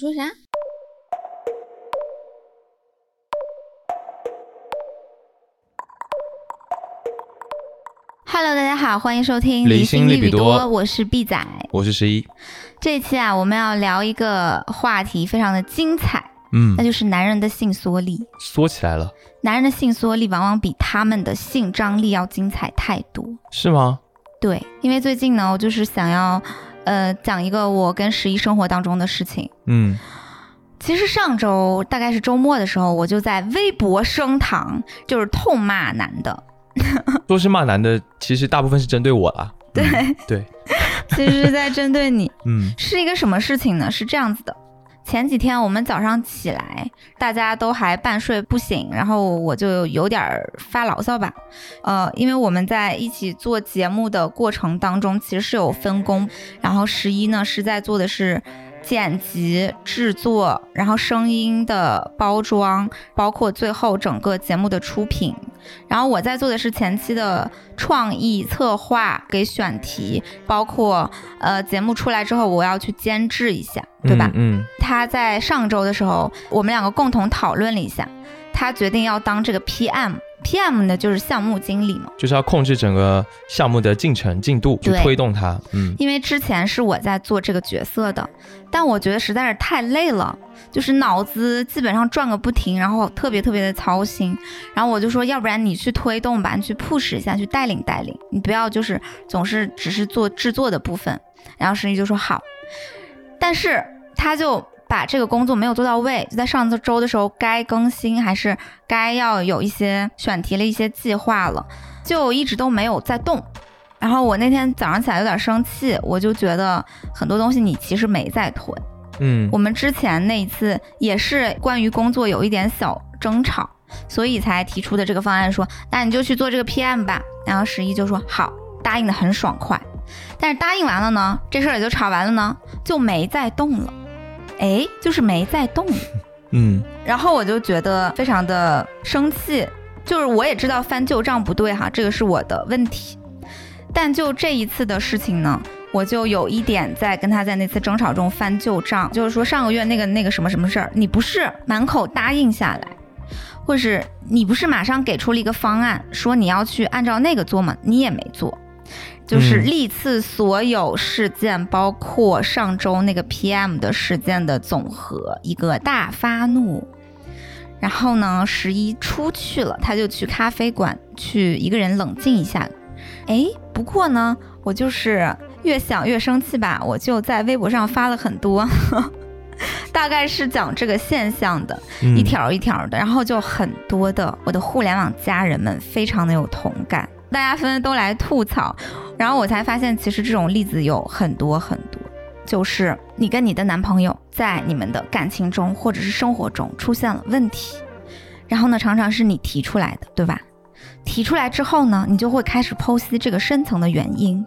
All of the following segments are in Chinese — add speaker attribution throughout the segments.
Speaker 1: 你说啥？Hello，大家好，欢迎收听
Speaker 2: 离
Speaker 1: 心
Speaker 2: 心利
Speaker 1: 比
Speaker 2: 比多
Speaker 1: 我是毕仔。
Speaker 2: 我是十一，
Speaker 1: 这一期啊，我们要聊一个话题，非常的精彩，
Speaker 2: 嗯
Speaker 1: 那，就是男人的性缩力。
Speaker 2: 缩起来了，
Speaker 1: 男人的性缩力往往比他们的性张力要精彩太多。
Speaker 2: 是吗？
Speaker 1: 对，因为最近呢，我就是想要，呃，讲一个我跟十一生活当中的事情。
Speaker 2: 嗯，
Speaker 1: 其实上周大概是周末的时候，我就在微博升堂，就是痛骂男的。
Speaker 2: 说是骂男的，其实大部分是针对我啦。
Speaker 1: 对、
Speaker 2: 嗯对，
Speaker 1: 其实是在针对你，
Speaker 2: 嗯
Speaker 1: 是一个什么事情呢？是这样子的。前几天我们早上起来，大家都还半睡不醒，然后我就有点儿发牢骚吧。呃，因为我们在一起做节目的过程当中，其实是有分工，然后十一呢是在做的是剪辑、制作，然后声音的包装，包括最后整个节目的出品。然后我在做的是前期的创意策划、给选题，包括呃节目出来之后我要去监制一下，对吧？
Speaker 2: 嗯，
Speaker 1: 他在上周的时候，我们两个共同讨论了一下，他决定要当这个 PM。PM 呢，就是项目经理嘛
Speaker 2: 嗯，就是要控制整个项目的进程进度，去
Speaker 1: 对
Speaker 2: 推动它。嗯
Speaker 1: 因为之前是我在做这个角色的，但我觉得实在是太累了，就是脑子基本上转个不停，然后特别特别的操心。然后我就说，要不然你去推动吧，你去 push 一下，去带领带领，你不要就是总是只是做制作的部分。然后十一就说好，但是他就把这个工作没有做到位，就在上周的时候该更新还是该要有一些选题了一些计划了，就一直都没有在动。然后我那天早上起来有点生气，我就觉得很多东西你其实没在推。
Speaker 2: 嗯
Speaker 1: 我们之前那一次也是关于工作有一点小争吵，所以才提出的这个方案说，那你就去做这个 PM 吧。然后十一就说好，答应的很爽快。但是答应完了呢，这事儿也就吵完了呢，就没再动了。哎，就是没再动了。
Speaker 2: 嗯，
Speaker 1: 然后我就觉得非常的生气，就是我也知道翻旧账不对哈，这个是我的问题，但就这一次的事情呢，我就有一点在跟他在那次争吵中翻旧账，就是说上个月那个那个什么什么事儿，你不是满口答应下来。或是你不是马上给出了一个方案，说你要去按照那个做吗？你也没做，就是
Speaker 2: 嗯
Speaker 1: 历次所有事件，包括上周那个 PM 的事件的总和，一个大发怒。然后呢，十一出去了，他就去咖啡馆去一个人冷静一下。哎，不过呢，我就是越想越生气吧，我就在微博上发了很多， 大概是讲这个现象的。
Speaker 2: 嗯
Speaker 1: 一条一条的，然后就很多的我的互联网家人们非常的有同感，大家纷纷都来吐槽，然后我才发现其实这种例子有很多很多，就是你跟你的男朋友在你们的感情中或者是生活中出现了问题，然后呢常常是你提出来的，对吧？提出来之后呢，你就会开始剖析这个深层的原因，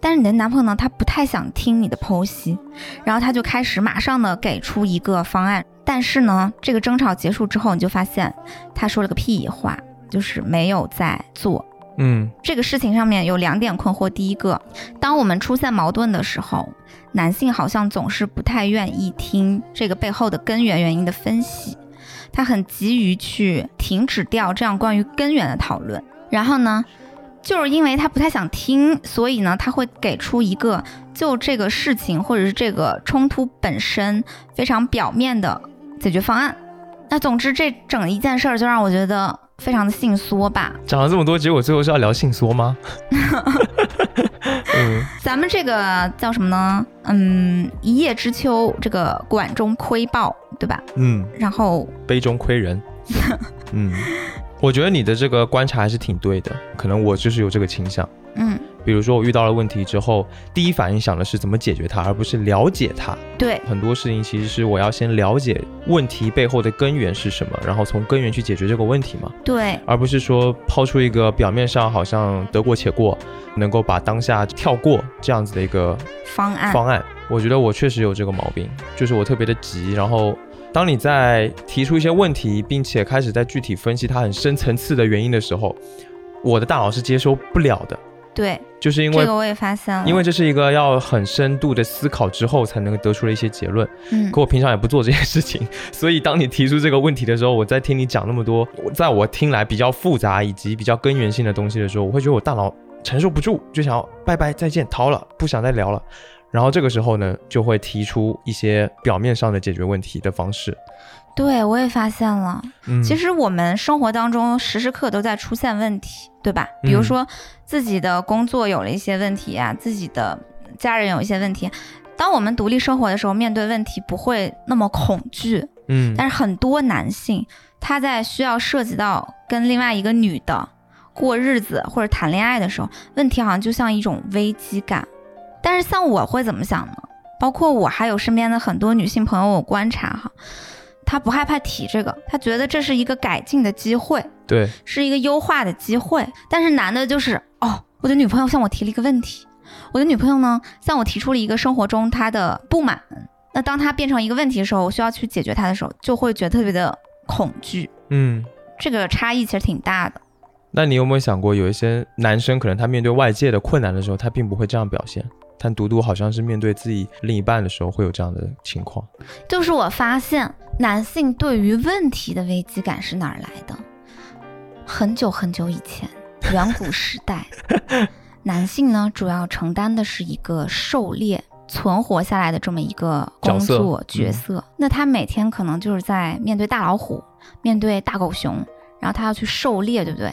Speaker 1: 但是你的男朋友呢，他不太想听你的剖析，然后他就开始马上的给出一个方案，但是呢，这个争吵结束之后，你就发现他说了个屁话，就是没有在做。
Speaker 2: 嗯
Speaker 1: 这个事情上面有两点困惑，第一个，当我们出现矛盾的时候，男性好像总是不太愿意听这个背后的根源原因的分析，他很急于去停止掉这样关于根源的讨论。然后呢，就是因为他不太想听，所以呢，他会给出一个就这个事情或者是这个冲突本身非常表面的解决方案。那总之，这整一件事儿就让我觉得非常的性缩吧。
Speaker 2: 讲了这么多，结果最后是要聊性缩 吗？嗯
Speaker 1: 咱们这个叫什么呢？嗯，一叶知秋，这个管中窥豹，对吧？
Speaker 2: 嗯，
Speaker 1: 然后
Speaker 2: 杯中窥人。嗯，我觉得你的这个观察还是挺对的，可能我就是有这个倾向。
Speaker 1: 嗯，
Speaker 2: 比如说我遇到了问题之后，第一反应想的是怎么解决它，而不是了解它。
Speaker 1: 对
Speaker 2: 很多事情其实是我要先了解问题背后的根源是什么，然后从根源去解决这个问题嘛，
Speaker 1: 对
Speaker 2: 而不是说抛出一个表面上好像得过且过，能够把当下跳过这样子的一个
Speaker 1: 方案，
Speaker 2: 方案。我觉得我确实有这个毛病，就是我特别的急，然后。当你在提出一些问题，并且开始在具体分析它很深层次的原因的时候，我的大脑是接收不了的。
Speaker 1: 对，
Speaker 2: 就是因为
Speaker 1: 这个我也发现了，
Speaker 2: 因为这是一个要很深度的思考之后才能得出的一些结论。
Speaker 1: 嗯
Speaker 2: 可我平常也不做这件事情， 所以当你提出这个问题的时候，我在听你讲那么多，我在我听来比较复杂以及比较根源性的东西的时候，我会觉得我大脑承受不住，就想要拜拜再见逃了，不想再聊了。然后这个时候呢，就会提出一些表面上的解决问题的方式。
Speaker 1: 对我也发现了。
Speaker 2: 嗯，
Speaker 1: 其实我们生活当中时时刻刻都在出现问题，对吧？比如
Speaker 2: 嗯
Speaker 1: 说自己的工作有了一些问题啊，自己的家人有一些问题。当我们独立生活的时候，面对问题不会那么恐惧，
Speaker 2: 嗯，
Speaker 1: 但是很多男性他在需要涉及到跟另外一个女的过日子或者谈恋爱的时候，问题好像就像一种危机感。但是像我会怎么想呢？包括我还有身边的很多女性朋友，我观察哈，她不害怕提这个，她觉得这是一个改进的机会，
Speaker 2: 对，
Speaker 1: 是一个优化的机会。但是男的就是哦，我的女朋友向我提了一个问题，我的女朋友呢向我提出了一个生活中她的不满。那当她变成一个问题的时候，我需要去解决它的时候，就会觉得特别的恐惧。
Speaker 2: 嗯。
Speaker 1: 这个差异其实挺大的。
Speaker 2: 那你有没有想过，有一些男生可能他面对外界的困难的时候，他并不会这样表现，但独独好像是面对自己另一半的时候会有这样的情况。
Speaker 1: 就是我发现男性对于问题的危机感是哪儿来的？很久很久以前，远古时代，男性呢主要承担的是一个狩猎、存活下来的这么一个工作
Speaker 2: 角
Speaker 1: 角
Speaker 2: 色嗯
Speaker 1: 色。那他每天可能就是在面对大老虎、面对大狗熊，然后他要去狩猎，对不对？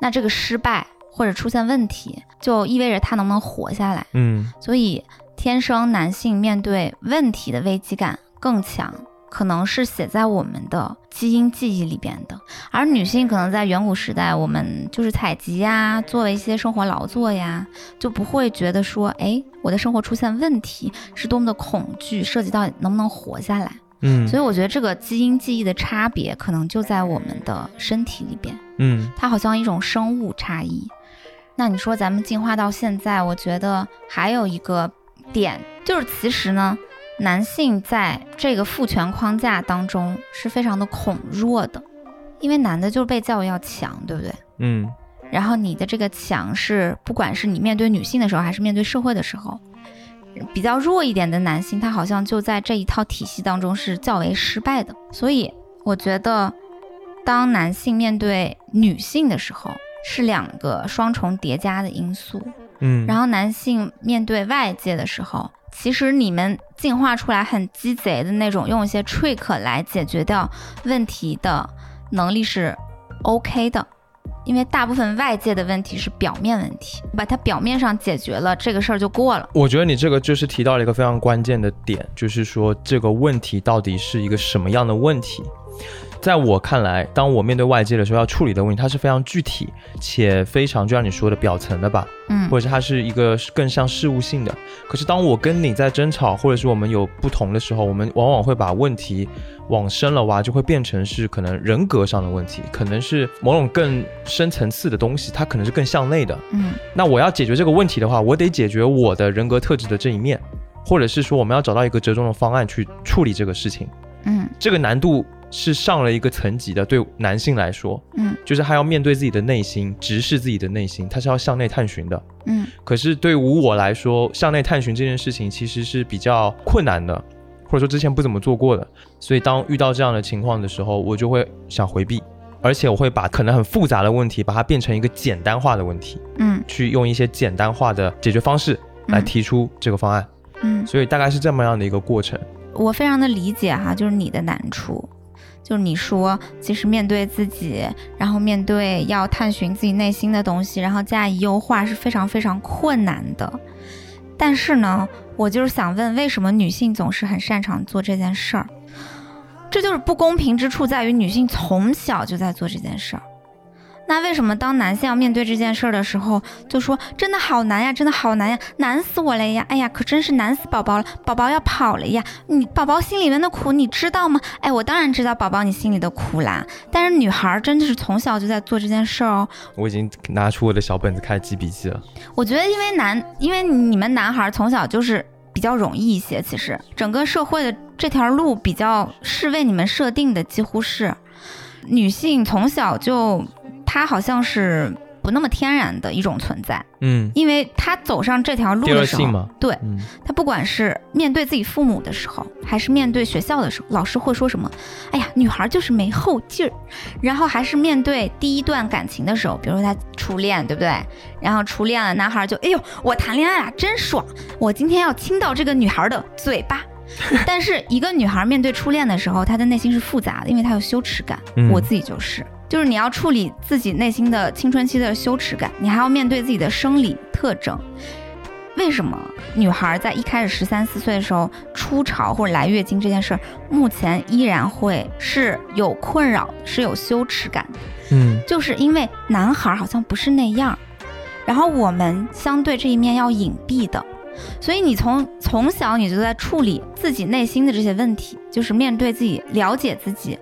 Speaker 1: 那这个失败或者出现问题，就意味着他能不能活下来。
Speaker 2: 嗯
Speaker 1: 所以天生男性面对问题的危机感更强，可能是写在我们的基因记忆里边的。而女性可能在远古时代，我们就是采集呀，做一些生活劳作呀，就不会觉得说，哎，我的生活出现问题是多么的恐惧，涉及到能不能活下来。
Speaker 2: 嗯
Speaker 1: 所以我觉得这个基因记忆的差别，可能就在我们的身体里边。
Speaker 2: 嗯
Speaker 1: 它好像一种生物差异。那你说咱们进化到现在，我觉得还有一个点就是，其实呢，男性在这个父权框架当中是非常的恐弱的，因为男的就是被教育要强，对不对？
Speaker 2: 嗯
Speaker 1: 然后你的这个强是，不管是你面对女性的时候，还是面对社会的时候，比较弱一点的男性，他好像就在这一套体系当中是较为失败的。所以我觉得，当男性面对女性的时候，是两个双重叠加的因素。
Speaker 2: 嗯，
Speaker 1: 然后男性面对外界的时候，其实你们进化出来很鸡贼的那种，用一些 trick 来解决掉问题的能力是 OK 的，因为大部分外界的问题是表面问题，把它表面上解决了，这个事儿就过了。
Speaker 2: 我觉得你这个就是提到了一个非常关键的点，就是说这个问题到底是一个什么样的问题。在我看来，当我面对外界的时候，要处理的问题，它是非常具体且非常就像你说的表层的吧，
Speaker 1: 嗯
Speaker 2: 或者是它是一个更像事务性的。可是当我跟你在争吵，或者是我们有不同的时候，我们往往会把问题往深了挖，就会变成是可能人格上的问题，可能是某种更深层次的东西，它可能是更向内的。
Speaker 1: 嗯
Speaker 2: 那我要解决这个问题的话，我得解决我的人格特质的这一面，或者是说我们要找到一个折中的方案去处理这个事情。
Speaker 1: 嗯
Speaker 2: 这个难度是上了一个层级的，对男性来说，
Speaker 1: 嗯
Speaker 2: 就是他要面对自己的内心，直视自己的内心，他是要向内探寻的。
Speaker 1: 嗯
Speaker 2: 可是对于我来说，向内探寻这件事情其实是比较困难的，或者说之前不怎么做过的。所以当遇到这样的情况的时候，我就会想回避，而且我会把可能很复杂的问题，把它变成一个简单化的问题，
Speaker 1: 嗯
Speaker 2: 去用一些简单化的解决方式来提出这个方案。
Speaker 1: 嗯，
Speaker 2: 所以大概是这么样的一个过程。
Speaker 1: 我非常的理解哈，就是你的难处。就是你说，其实面对自己，然后面对要探寻自己内心的东西，然后加以优化是非常非常困难的。但是呢，我就是想问，为什么女性总是很擅长做这件事儿？这就是不公平之处在于女性从小就在做这件事儿。那为什么当男性要面对这件事儿的时候，就说真的好难呀，真的好难呀，难死我了呀！哎呀，可真是难死宝宝了，宝宝要跑了呀！你宝宝心里面的苦你知道吗？哎，我当然知道宝宝你心里的苦啦，但是女孩儿真的是从小就在做这件事儿哦。
Speaker 2: 我已经拿出我的小本子开始记笔记了。
Speaker 1: 我觉得，因为男，因为你们男孩儿从小就是比较容易一些，其实整个社会的这条路比较是为你们设定的，几乎是女性从小就她好像是。不那么天然的一种存在，
Speaker 2: 嗯，
Speaker 1: 因为他走上这条路
Speaker 2: 第二
Speaker 1: 的时
Speaker 2: 性
Speaker 1: 候，
Speaker 2: 嘛，
Speaker 1: 对
Speaker 2: 嗯
Speaker 1: 他不管是面对自己父母的时候，还是面对学校的时候，老师会说什么？哎呀，女孩就是没后劲儿。然后还是面对第一段感情的时候，比如说他初恋，对不对？然后初恋了，男孩就哎呦，我谈恋爱了，真爽！我今天要亲到这个女孩的嘴巴。但是一个女孩面对初恋的时候，她的内心是复杂的，因为她有羞耻感。
Speaker 2: 嗯
Speaker 1: 我自己就是，就是你要处理自己内心的青春期的羞耻感，你还要面对自己的生理特征。为什么女孩在一开始十三四岁的时候初潮或者来月经这件事儿，目前依然会是有困扰、是有羞耻感的，
Speaker 2: 嗯
Speaker 1: 就是因为男孩好像不是那样儿，然后我们相对这一面要隐蔽的，所以你从从小你就在处理自己内心的这些问题，就是面对自己、了解自己，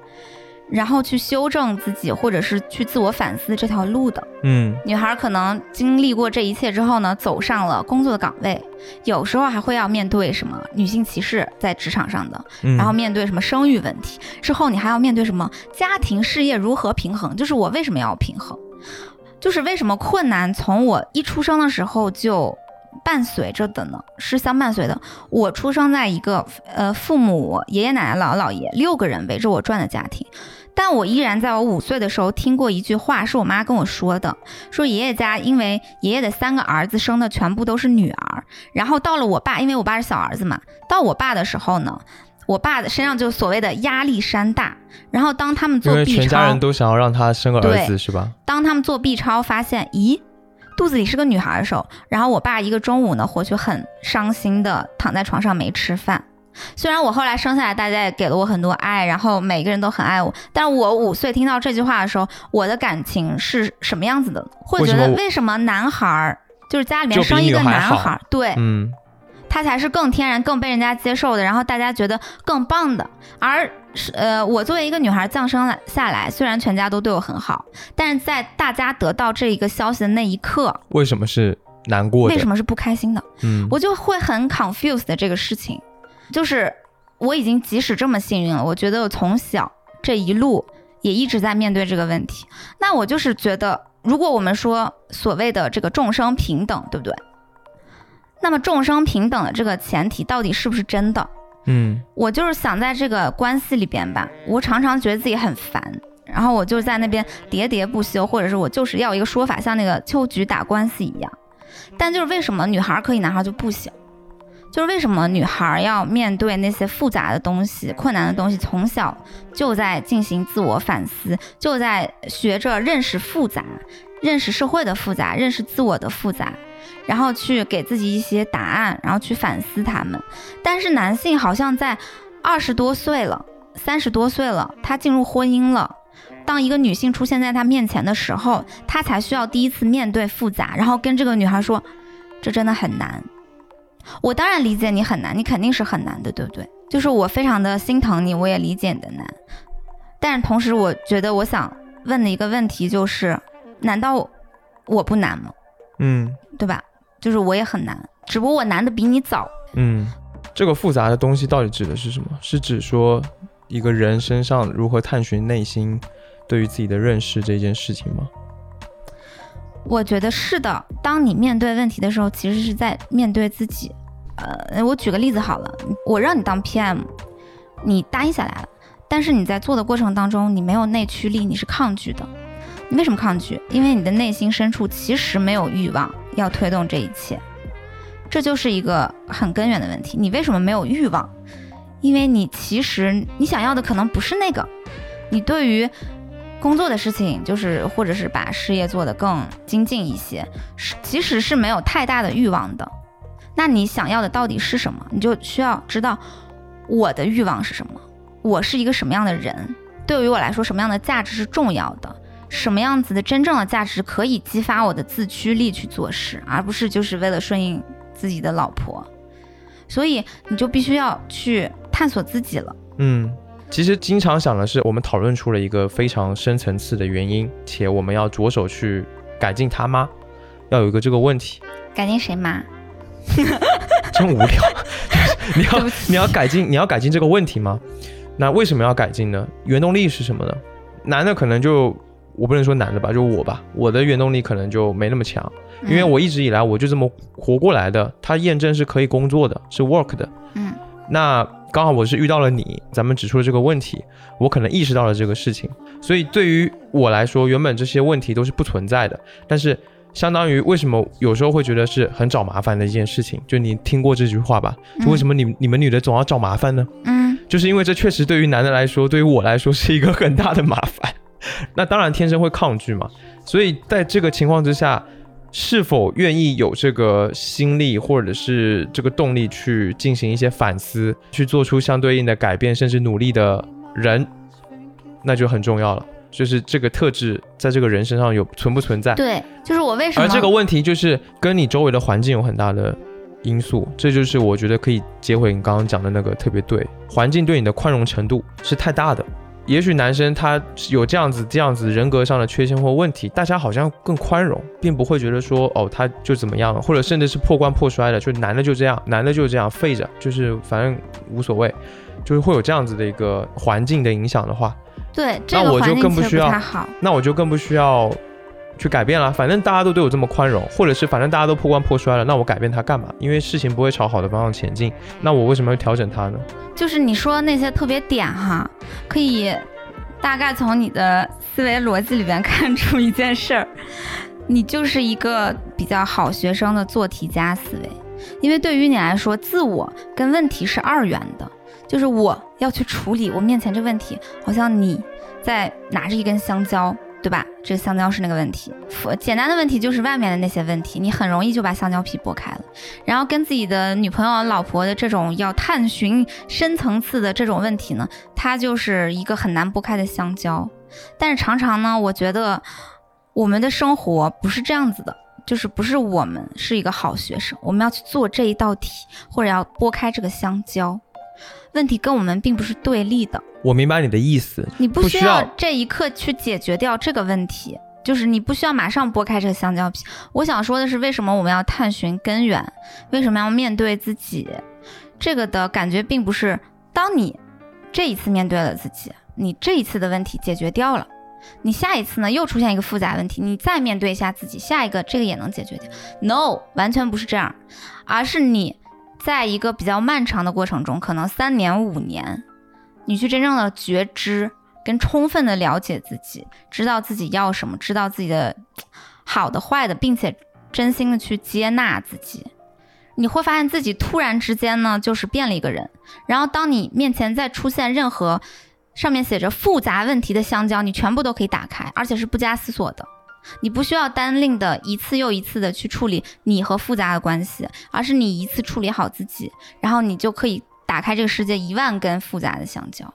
Speaker 1: 然后去修正自己，或者是去自我反思这条路的。
Speaker 2: 嗯
Speaker 1: 女孩可能经历过这一切之后呢，走上了工作的岗位，有时候还会要面对什么女性歧视在职场上的，
Speaker 2: 嗯，
Speaker 1: 然后面对什么生育问题，之后你还要面对什么家庭事业如何平衡，就是我为什么要平衡，就是为什么困难从我一出生的时候就伴随着的呢？是相伴随的。我出生在一个呃父母、爷爷奶奶、姥姥姥爷六个人围着我转的家庭。但我依然在我五岁的时候听过一句话，是我妈跟我说的，说爷爷家因为爷爷的三个儿子生的全部都是女儿，然后到了我爸，因为我爸是小儿子嘛，到我爸的时候呢，我爸的身上就所谓的压力山大，然后当他们
Speaker 2: 因
Speaker 1: 做
Speaker 2: 为
Speaker 1: B
Speaker 2: 全家
Speaker 1: 超
Speaker 2: 人，都想要让他生个儿
Speaker 1: 对
Speaker 2: 子是吧？
Speaker 1: 当他们做 B 超发现，咦，肚子里是个女孩的时候，然后我爸一个中午呢，或许很伤心的躺在床上没吃饭。虽然我后来生下来，大家也给了我很多爱，然后每个人都很爱我，但我五岁听到这句话的时候，我的感情是什么样子的？会
Speaker 2: 为
Speaker 1: 觉
Speaker 2: 什么
Speaker 1: 得
Speaker 2: 我
Speaker 1: 为什么男孩儿就是家里
Speaker 2: 就
Speaker 1: 面
Speaker 2: 比
Speaker 1: 生一个
Speaker 2: 女孩
Speaker 1: 男
Speaker 2: 好
Speaker 1: 孩儿，对，
Speaker 2: 嗯
Speaker 1: 他才是更天然、更被人家接受的，然后大家觉得更棒的。而是呃，我作为一个女孩降生来下来，虽然全家都对我很好，但是在大家得到这一个消息的那一刻，
Speaker 2: 为什么是难过的？
Speaker 1: 为什么是不开心的？
Speaker 2: 嗯，
Speaker 1: 我就会很 confused 的这个事情，就是我已经即使这么幸运了，我觉得我从小这一路也一直在面对这个问题。那我就是觉得，如果我们说所谓的这个众生平等，对不对？那么众生平等的这个前提到底是不是真的？
Speaker 2: 嗯
Speaker 1: 我就是想在这个关系里边吧，我常常觉得自己很烦，然后我就在那边喋喋不休，或者是我就是要一个说法，像那个秋菊打官司一样。但就是为什么女孩可以，男孩就不行？就是为什么女孩要面对那些复杂的东西、困难的东西，从小就在进行自我反思，就在学着认识复杂、认识社会的复杂、认识自我的复杂，然后去给自己一些答案，然后去反思他们。但是男性好像在二十多岁了、三十多岁了，他进入婚姻了。当一个女性出现在他面前的时候，他才需要第一次面对复杂，然后跟这个女孩说：“这真的很难。”我当然理解你很难，你肯定是很难的，对不对？就是我非常的心疼你，我也理解你的难。但是同时，我觉得我想问的一个问题就是：难道我不难吗？
Speaker 2: 嗯
Speaker 1: 对吧？就是我也很难，只不过我难的比你早。
Speaker 2: 嗯，这个复杂的东西到底指的是什么？是指说一个人身上如何探寻内心对于自己的认识这件事情吗？
Speaker 1: 我觉得是的，当你面对问题的时候，其实是在面对自己。呃，我举个例子好了，我让你当 PM，你答应下来了，但是你在做的过程当中，你没有内驱力，你是抗拒的。你为什么抗拒？因为你的内心深处其实没有欲望要推动这一切，这就是一个很根源的问题。你为什么没有欲望？因为你其实你想要的可能不是那个，你对于工作的事情，就是或者是把事业做得更精进一些，是其实是没有太大的欲望的。那你想要的到底是什么？你就需要知道我的欲望是什么，我是一个什么样的人，对于我来说什么样的价值是重要的，什么样子的真正的价值可以激发我的自驱力去做事，而不是就是为了顺应自己的老婆。所以你就必须要去探索自己了。
Speaker 2: 嗯，其实经常想的是，我们讨论出了一个非常深层次的原因，且我们要着手去改进它吗？要有一个这个问题，
Speaker 1: 改进谁妈？
Speaker 2: 真无聊。
Speaker 1: 对
Speaker 2: 你 要
Speaker 1: 不起
Speaker 2: 你要改进你要改进这个问题吗？那为什么要改进呢？原动力是什么呢？男的可能就我不能说男的吧，就我吧，我的原动力可能就没那么强，因为我一直以来我就这么活过来的。它验证是可以工作的，是 work 的。
Speaker 1: 嗯，
Speaker 2: 那刚好我是遇到了你，咱们指出了这个问题，我可能意识到了这个事情，所以对于我来说，原本这些问题都是不存在的，但是。相当于为什么有时候会觉得是很找麻烦的一件事情，就你听过这句话吧？就为什么你你们女的总要找麻烦呢？
Speaker 1: 嗯
Speaker 2: 就是因为这确实对于男的来说，对于我来说是一个很大的麻烦。那当然天生会抗拒嘛，所以在这个情况之下，是否愿意有这个心力或者是这个动力去进行一些反思，去做出相对应的改变，甚至努力的人，那就很重要了。就是这个特质在这个人身上有存不存在？
Speaker 1: 对，就是我为什么
Speaker 2: 啊而这个问题就是跟你周围的环境有很大的因素，这就是我觉得可以接回你刚刚讲的那个特别对，环境对你的宽容程度是太大的。也许男生他有这样子这样子人格上的缺陷或问题，大家好像更宽容，并不会觉得说哦他就怎么样了，或者甚至是破罐破摔的，就男的就这样，男的就这样废着，就是反正无所谓，就是会有这样子的一个环境的影响的话，
Speaker 1: 对这
Speaker 2: 那
Speaker 1: 个
Speaker 2: 我就
Speaker 1: 环境
Speaker 2: 更
Speaker 1: 其
Speaker 2: 不
Speaker 1: 实
Speaker 2: 需要
Speaker 1: 太好，
Speaker 2: 那我就更不需要去改变了。反正大家都对我这么宽容，或者是反正大家都破罐破摔了，那我改变它干嘛？因为事情不会朝好的方向前进，那我为什么要调整它呢？
Speaker 1: 就是你说那些特别点哈，可以大概从你的思维逻辑里边看出一件事儿， 你就是一个比较好学生的做题家思维，因为对于你来说，自我跟问题是二元的，就是我要去处理我面前这问题，好像你在拿着一根香蕉。对吧？这个香蕉是那个问题，复简单的问题就是外面的那些问题，你很容易就把香蕉皮剥开了。然后跟自己的女朋友、老婆的这种要探寻深层次的这种问题呢，它就是一个很难剥开的香蕉。但是常常呢，我觉得我们的生活不是这样子的，就是不是我们是一个好学生，我们要去做这一道题，或者要剥开这个香蕉。问题跟我们并不是对立的，
Speaker 2: 我明白你的意思，
Speaker 1: 你不
Speaker 2: 不
Speaker 1: 需
Speaker 2: 需
Speaker 1: 要
Speaker 2: 要
Speaker 1: 这一刻去解决掉这个问题，就是你不需要马上剥开这个香蕉皮。我想说的是，为什么我们要探寻根源？为什么要面对自己？这个的感觉并不是当你这一次面对了自己，你这一次的问题解决掉了。你下一次呢，又出现一个复杂问题，你再面对一下自己，下一个这个也能解决掉。No，完全不是这样，而是你在一个比较漫长的过程中，可能三年五年，你去真正的觉知，跟充分的了解自己，知道自己要什么，知道自己的嘖好的、坏的，并且真心的去接纳自己，你会发现自己突然之间呢，就是变了一个人。然后当你面前再出现任何上面写着复杂问题的香蕉，你全部都可以打开，而且是不加思索的。你不需要单令的一次又一次的去处理你和复杂的关系，而是你一次处理好自己，然后你就可以打开这个世界一万根复杂的香蕉。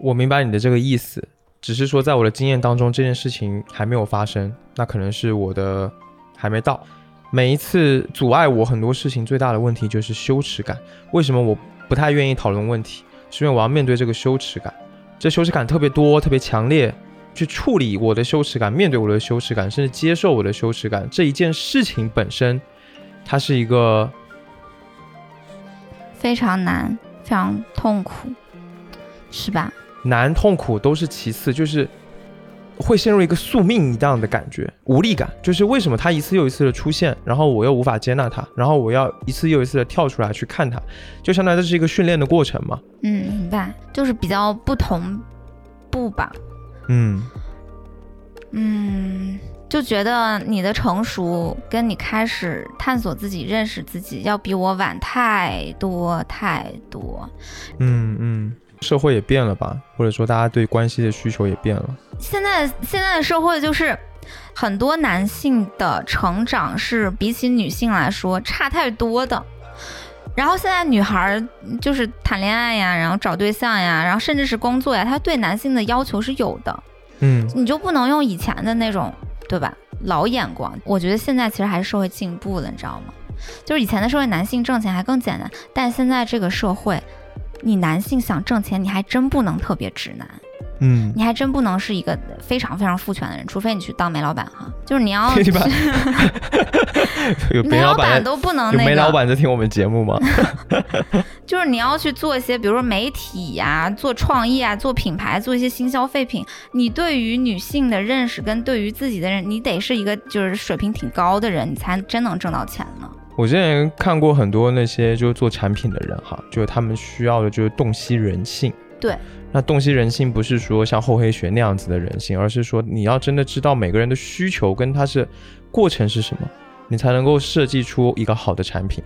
Speaker 2: 我明白你的这个意思，只是说在我的经验当中，这件事情还没有发生，那可能是我的还没到。每一次阻碍我很多事情最大的问题就是羞耻感。为什么我不太愿意讨论问题？是因为我要面对这个羞耻感，这羞耻感特别多，特别强烈。去处理我的羞耻感，面对我的羞耻感，甚至接受我的羞耻感，这一件事情本身，它是一个
Speaker 1: 非常难，非常痛苦，是吧？
Speaker 2: 难、痛苦都是其次，就是会陷入一个宿命一样的感觉，无力感。就是为什么它一次又一次的出现，然后我又无法接纳它，然后我要一次又一次的跳出来去看它，就相当于这是一个训练的过程嘛。
Speaker 1: 嗯，明白，就是比较不同步吧。
Speaker 2: 嗯，
Speaker 1: 嗯，就觉得你的成熟跟你开始探索自己、认识自己，要比我晚太多太多。
Speaker 2: 嗯嗯，社会也变了吧，或者说大家对关系的需求也变了。
Speaker 1: 现在现在的社会就是。很多男性的成长是比起女性来说差太多的，然后现在女孩儿就是谈恋爱呀，然后找对象呀，然后甚至是工作呀，她对男性的要求是有的，
Speaker 2: 嗯，
Speaker 1: 你就不能用以前的那种，对吧？老眼光，我觉得现在其实还是社会进步了，你知道吗？就是以前的社会，男性挣钱还更简单，但现在这个社会，你男性想挣钱，你还真不能特别直男，
Speaker 2: 嗯，
Speaker 1: 你还真不能是一 个非常非常父权的人，除非你去当煤老板哈。就是你要
Speaker 2: 你把有
Speaker 1: 你
Speaker 2: 没
Speaker 1: 老
Speaker 2: 老板在
Speaker 1: 都不能
Speaker 2: 有
Speaker 1: 那
Speaker 2: 没
Speaker 1: 个，
Speaker 2: 老板在听我们节目吗？
Speaker 1: 就是你要去做一些，比如说媒体呀、做创意啊、做品牌、做一些新消费品。你对于女性的认识跟对于自己的认，你得是一个就是水平挺高的人，你才真能挣到钱呢。
Speaker 2: 我之前看过很多那些就是做产品的人哈，就是他们需要的就是洞悉人性。
Speaker 1: 对，
Speaker 2: 那洞悉人性不是说像厚黑学那样子的人性，而是说你要真的知道每个人的需求跟他是过程是什么，你才能够设计出一个好的产品。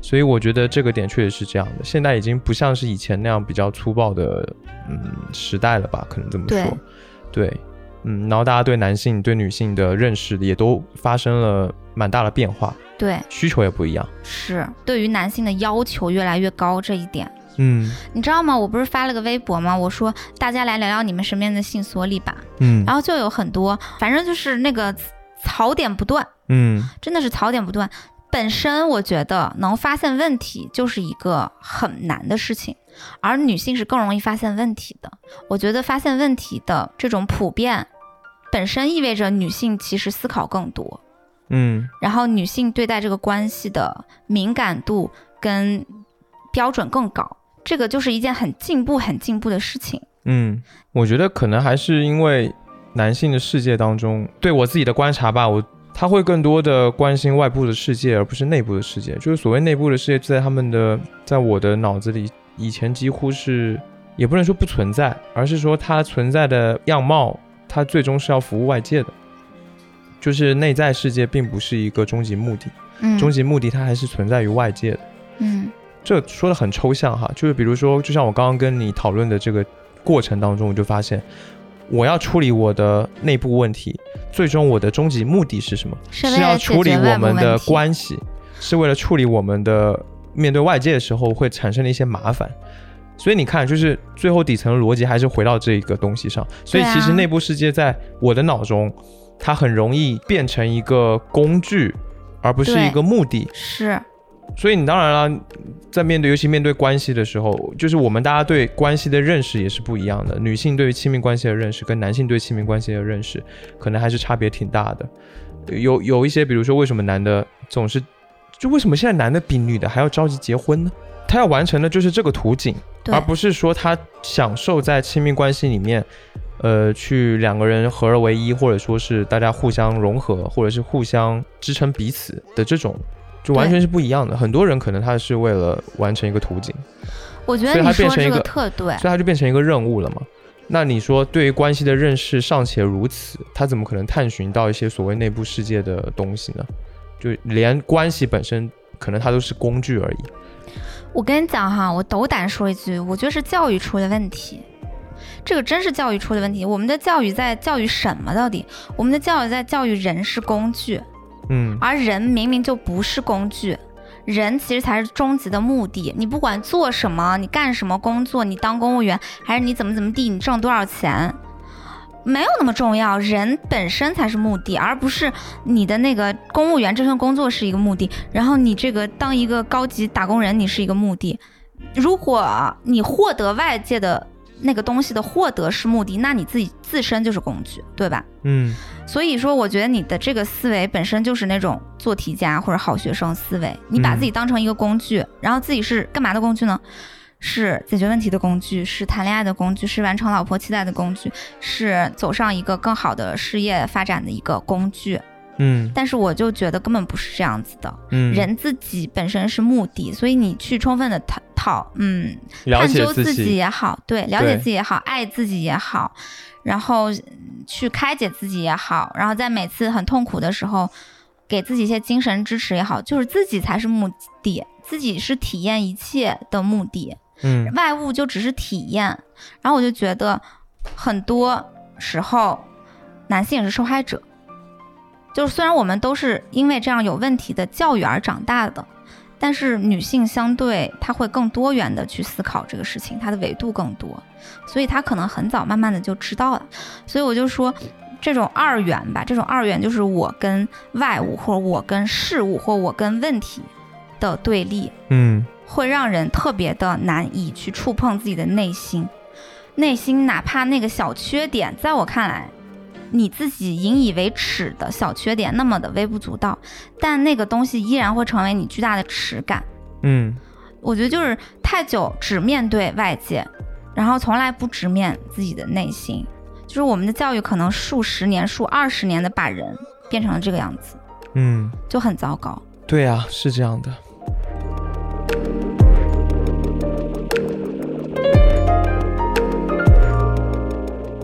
Speaker 2: 所以我觉得这个点确实是这样的，现在已经不像是以前那样比较粗暴的嗯时代了吧，可能这么说。对，嗯，然后大家对男性对女性的认识也都发生了蛮大的变化，
Speaker 1: 对，
Speaker 2: 需求也不一样。
Speaker 1: 是对于男性的要求越来越高这一点，
Speaker 2: 嗯
Speaker 1: 你知道吗？我不是发了个微博吗？我说大家来聊聊你们身边的性缩力吧，
Speaker 2: 嗯
Speaker 1: 然后就有很多，反正就是那个槽点不断，
Speaker 2: 嗯
Speaker 1: 真的是槽点不断。本身我觉得能发现问题就是一个很难的事情，而女性是更容易发现问题的。我觉得发现问题的这种普遍，本身意味着女性其实思考更多，
Speaker 2: 嗯
Speaker 1: 然后女性对待这个关系的敏感度跟标准更高，这个就是一件很进步、很进步的事情。
Speaker 2: 嗯，我觉得可能还是因为男性的世界当中，对我自己的观察吧，我他会更多的关心外部的世界，而不是内部的世界。就是所谓内部的世界，在他们的在我的脑子里，以前几乎是也不能说不存在，而是说它存在的样貌，它最终是要服务外界的。就是内在世界并不是一个终极目的，
Speaker 1: 嗯
Speaker 2: 终极目的它还是存在于外界的。
Speaker 1: 嗯
Speaker 2: 这说的很抽象哈，就是比如说，就像我刚刚跟你讨论的这个过程当中，我就发现，我要处理我的内部问题，最终我的终极目的是什么？
Speaker 1: 是为
Speaker 2: 是
Speaker 1: 了
Speaker 2: 要
Speaker 1: 解
Speaker 2: 处理
Speaker 1: 决外
Speaker 2: 我
Speaker 1: 部
Speaker 2: 们的
Speaker 1: 问题
Speaker 2: 关系，是为了处理我们的面对外界的时候会产生的一些麻烦。所以你看，就是最后底层的逻辑还是回到这个东西上。所以
Speaker 1: 对啊
Speaker 2: 其实内部世界在我的脑中，它很容易变成一个工具，而不是
Speaker 1: 对
Speaker 2: 一个目的。
Speaker 1: 是
Speaker 2: 所以你当然了，在面对尤其面对关系的时候，就是我们大家对关系的认识也是不一样的。女性对于亲密关系的认识跟男性对亲密关系的认识，可能还是差别挺大的。有有一些，比如说为什么男的总是，就为什么现在男的比女的还要着急结婚呢？他要完成的就是这个途径，
Speaker 1: 对
Speaker 2: 而不是说他享受在亲密关系里面，呃，去两个人合二为一，或者说是大家互相融合，或者是互相支撑彼此的这种，就完全是不一样的。很多人可能他是为了完成一个途径，
Speaker 1: 我觉
Speaker 2: 所
Speaker 1: 得
Speaker 2: 以
Speaker 1: 你
Speaker 2: 它
Speaker 1: 说
Speaker 2: 变
Speaker 1: 的
Speaker 2: 成
Speaker 1: 这
Speaker 2: 一
Speaker 1: 个
Speaker 2: 个
Speaker 1: 特对
Speaker 2: 所以，他就变成一个任务了嘛。那你说对于关系的认识尚且如此，他怎么可能探寻到一些所谓内部世界的东西呢？就连关系本身，可能它都是工具而已。
Speaker 1: 我跟你讲哈，我斗胆说一句，我觉得是教育出的问题。这个真是教育出的问题。我们的教育在教育什么？到底我们的教育在教育人是工具，
Speaker 2: 嗯
Speaker 1: 而人明明就不是工具，人其实才是终极的目的。你不管做什么，你干什么工作，你当公务员还是你怎么怎么地，你挣多少钱，没有那么重要。人本身才是目的，而不是你的那个公务员这份工作是一个目的，然后你这个当一个高级打工人，你是一个目的。如果你获得外界的那个东西的获得是目的，那你自己自身就是工具，对吧？
Speaker 2: 嗯
Speaker 1: 所以说，我觉得你的这个思维本身就是那种做题家或者好学生思维，你把
Speaker 2: 嗯
Speaker 1: 自己当成一个工具，然后自己是干嘛的工具呢？是解决问题的工具，是谈恋爱的工具，是完成老婆期待的工具，是走上一个更好的事业发展的一个工具。
Speaker 2: 嗯
Speaker 1: 但是我就觉得根本不是这样子的，
Speaker 2: 嗯，
Speaker 1: 人自己本身是目的，所以你去充分的探讨，嗯，
Speaker 2: 了
Speaker 1: 探
Speaker 2: 解
Speaker 1: 究
Speaker 2: 自
Speaker 1: 自己
Speaker 2: 己，
Speaker 1: 也好，对，了解
Speaker 2: 对
Speaker 1: 自己也好，爱自己也好，然后嗯去开解自己也好，然后在每次很痛苦的时候，给自己一些精神支持也好，就是自己才是目的，自己是体验一切的目的，
Speaker 2: 嗯
Speaker 1: 外物就只是体验。然后我就觉得，很多时候男性也是受害者，就是虽然我们都是因为这样有问题的教育而长大的，但是女性相对她会更多元的去思考这个事情，她的维度更多，所以她可能很早慢慢的就知道了。所以我就说。这种二元吧，这种二元就是我跟外物，或者我跟事物，或我跟问题的对立。
Speaker 2: 嗯
Speaker 1: 会让人特别的难以去触碰自己的内心。内心哪怕那个小缺点，在我看来，你自己引以为耻的小缺点那么的微不足道，但那个东西依然会成为你巨大的耻感。
Speaker 2: 嗯，
Speaker 1: 我觉得就是太久只面对外界，然后从来不直面自己的内心。就是我们的教育可能数十年、数二十年的把人变成了这个样子，
Speaker 2: 嗯，
Speaker 1: 就很糟糕。
Speaker 2: 对啊，是这样的。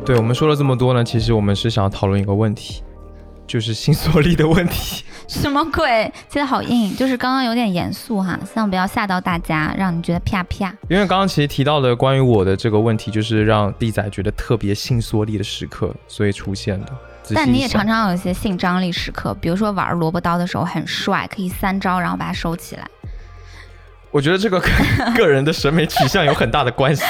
Speaker 2: 对我们说了这么多呢，其实我们是想要讨论一个问题， 就是性锁力的问题。
Speaker 1: 什么鬼？接的好硬，就是刚刚有点严肃哈，希望不要吓到大家，让你觉得啪啪。
Speaker 2: 因为刚刚其实提到的关于我的这个问题，就是让弟仔觉得特别性缩力的时刻，所以出现的。仔细
Speaker 1: 但你也
Speaker 2: 想
Speaker 1: 常常有一些性张力时刻，比如说玩萝卜刀的时候很帅，可以三招然后把它收起来。
Speaker 2: 我觉得这个跟个人的审美取向有很大的关系。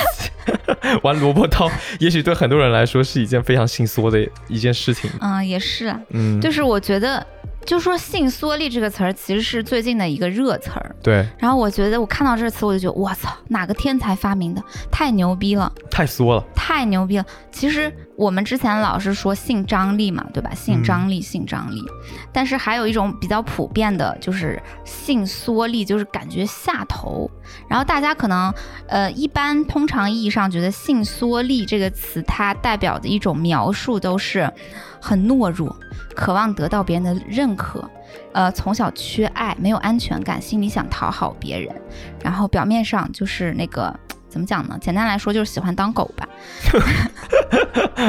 Speaker 2: 玩萝卜刀，也许对很多人来说是一件非常性缩的一件事情。
Speaker 1: 嗯，也是啊，
Speaker 2: 嗯，
Speaker 1: 就是我觉得，就说性缩力这个词儿其实是最近的一个热词儿。
Speaker 2: 对，
Speaker 1: 然后我觉得我看到这个词，我就觉得我操，哪个天才发明的？太牛逼了，
Speaker 2: 太缩了。
Speaker 1: 太牛逼了！其实我们之前老是说性张力嘛，对吧？性张力，性张力。但是还有一种比较普遍的，就是性缩力，就是感觉下头。然后大家可能呃，一般通常意义上觉得性缩力这个词，它代表的一种描述都是很懦弱，渴望得到别人的认可。呃，从小缺爱，没有安全感，心里想讨好别人，然后表面上就是那个怎么讲呢？简单来说就是喜欢当狗吧。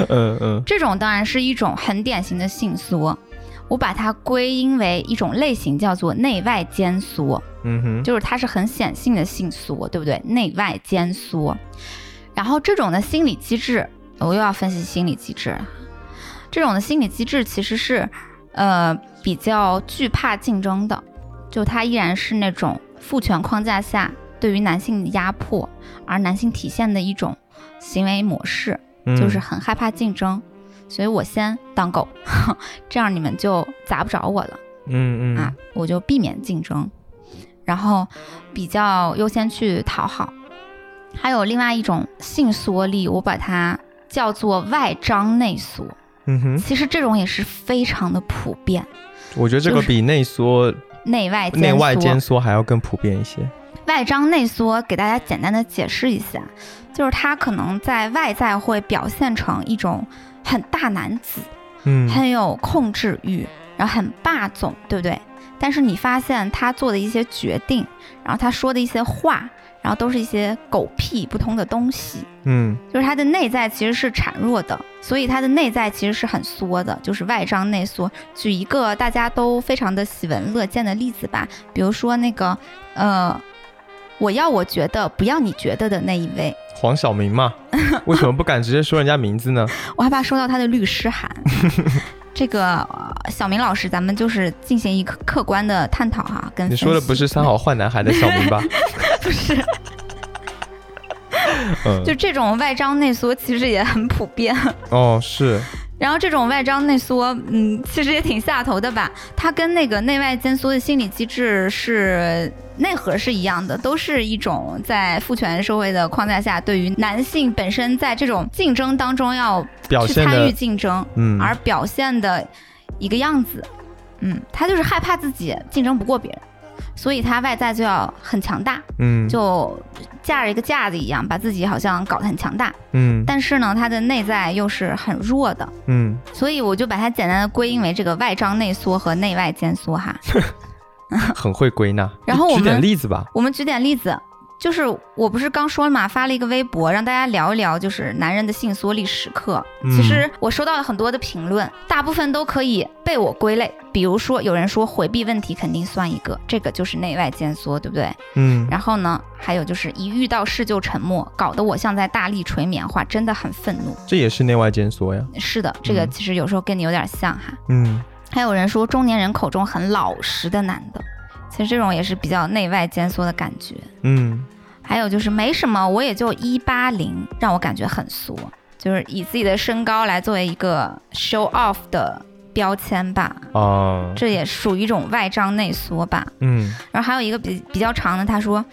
Speaker 2: 嗯嗯
Speaker 1: 这种当然是一种很典型的性缩，我把它归因为一种类型，叫做内外间缩，
Speaker 2: 嗯哼，
Speaker 1: 就是它是很显性的性缩，对不对？内外间缩，然后这种的心理机制，我又要分析心理机制了。这种的心理机制其实是，呃，比较惧怕竞争的，就它依然是那种父权框架下对于男性的压迫，而男性体现的一种行为模式。
Speaker 2: 嗯
Speaker 1: 就是很害怕竞争，所以我先当狗， 这样你们就砸不着我了
Speaker 2: 嗯嗯
Speaker 1: 啊，我就避免竞争，然后比较优先去讨好。还有另外一种性缩力，我把它叫做外张内缩，
Speaker 2: 嗯哼，
Speaker 1: 其实这种也是非常的普遍，
Speaker 2: 我觉得这个
Speaker 1: 就是
Speaker 2: 比内缩、
Speaker 1: 内外间
Speaker 2: 内外
Speaker 1: 缩
Speaker 2: 间缩还要更普遍一些。
Speaker 1: 外张内缩，给大家简单的解释一下，就是它可能在外在会表现成一种很大男子。
Speaker 2: 嗯
Speaker 1: 很有控制欲，然后很霸总，对不对？但是你发现他做的一些决定，然后他说的一些话，然后都是一些狗屁不通的东西，
Speaker 2: 嗯
Speaker 1: 就是他的内在其实是孱弱的，所以他的内在其实是很缩的，就是外张内缩。举一个大家都非常的喜闻乐见的例子吧，比如说那个，呃，我要我觉得不要你觉得的那一位，
Speaker 2: 黄晓明 嘛，为什么不敢直接说人家名字呢？
Speaker 1: 我害怕收到他的律师函。 这个呃小明老师，咱们就是进行一个客观的探讨哈、跟
Speaker 2: 你说的不是三
Speaker 1: 好，
Speaker 2: 好坏男孩的小明吧？
Speaker 1: 不是，
Speaker 2: 嗯，
Speaker 1: 就这种外张内缩其实也很普遍。
Speaker 2: 哦，是，
Speaker 1: 然后这种外张内缩，嗯，其实也挺下头的吧？它跟那个内外间缩的心理机制是内核是一样的，都是一种在父权社会的框架下，对于男性本身在这种竞争当中要
Speaker 2: 表
Speaker 1: 去
Speaker 2: 现
Speaker 1: 参与
Speaker 2: 的，
Speaker 1: 竞争，
Speaker 2: 嗯，
Speaker 1: 而表现的一个样子。嗯，他就是害怕自己竞争不过别人，所以他外在就要很强大，
Speaker 2: 嗯，
Speaker 1: 就架着一个架子一样，把自己好像搞得很强大。
Speaker 2: 嗯
Speaker 1: 但是呢，他的内在又是很弱的，
Speaker 2: 嗯，
Speaker 1: 所以我就把它简单的归因为这个外张内缩和内外间缩哈。
Speaker 2: 很会归纳。
Speaker 1: 然后我
Speaker 2: 举点
Speaker 1: 们
Speaker 2: 例子吧。
Speaker 1: 我们举点例子，就是我不是刚说了嘛，发了一个微博让大家聊一聊，就是男人的性缩力时刻。
Speaker 2: 嗯
Speaker 1: 其实我收到了很多的评论，大部分都可以被我归类。比如说，有人说回避问题肯定算一个，这个就是内外间缩，对不对？
Speaker 2: 嗯
Speaker 1: 然后呢，还有就是一遇到事就沉默，搞得我像在大力捶棉花，真的很愤怒。
Speaker 2: 这也是内外间缩呀。
Speaker 1: 是的，这个其实有时候跟你有点像哈。
Speaker 2: 嗯，
Speaker 1: 还有人说中年人口中很老实的男的，其实这种也是比较内外间缩的感觉。
Speaker 2: 嗯，
Speaker 1: 还有就是没什么，我也就一八零，让我感觉很俗，就是以自己的身高来作为一个 show off 的标签吧，
Speaker 2: 啊，
Speaker 1: 这也属于一种外张内缩吧。
Speaker 2: 嗯，
Speaker 1: 然后还有一个比比较长的，他说，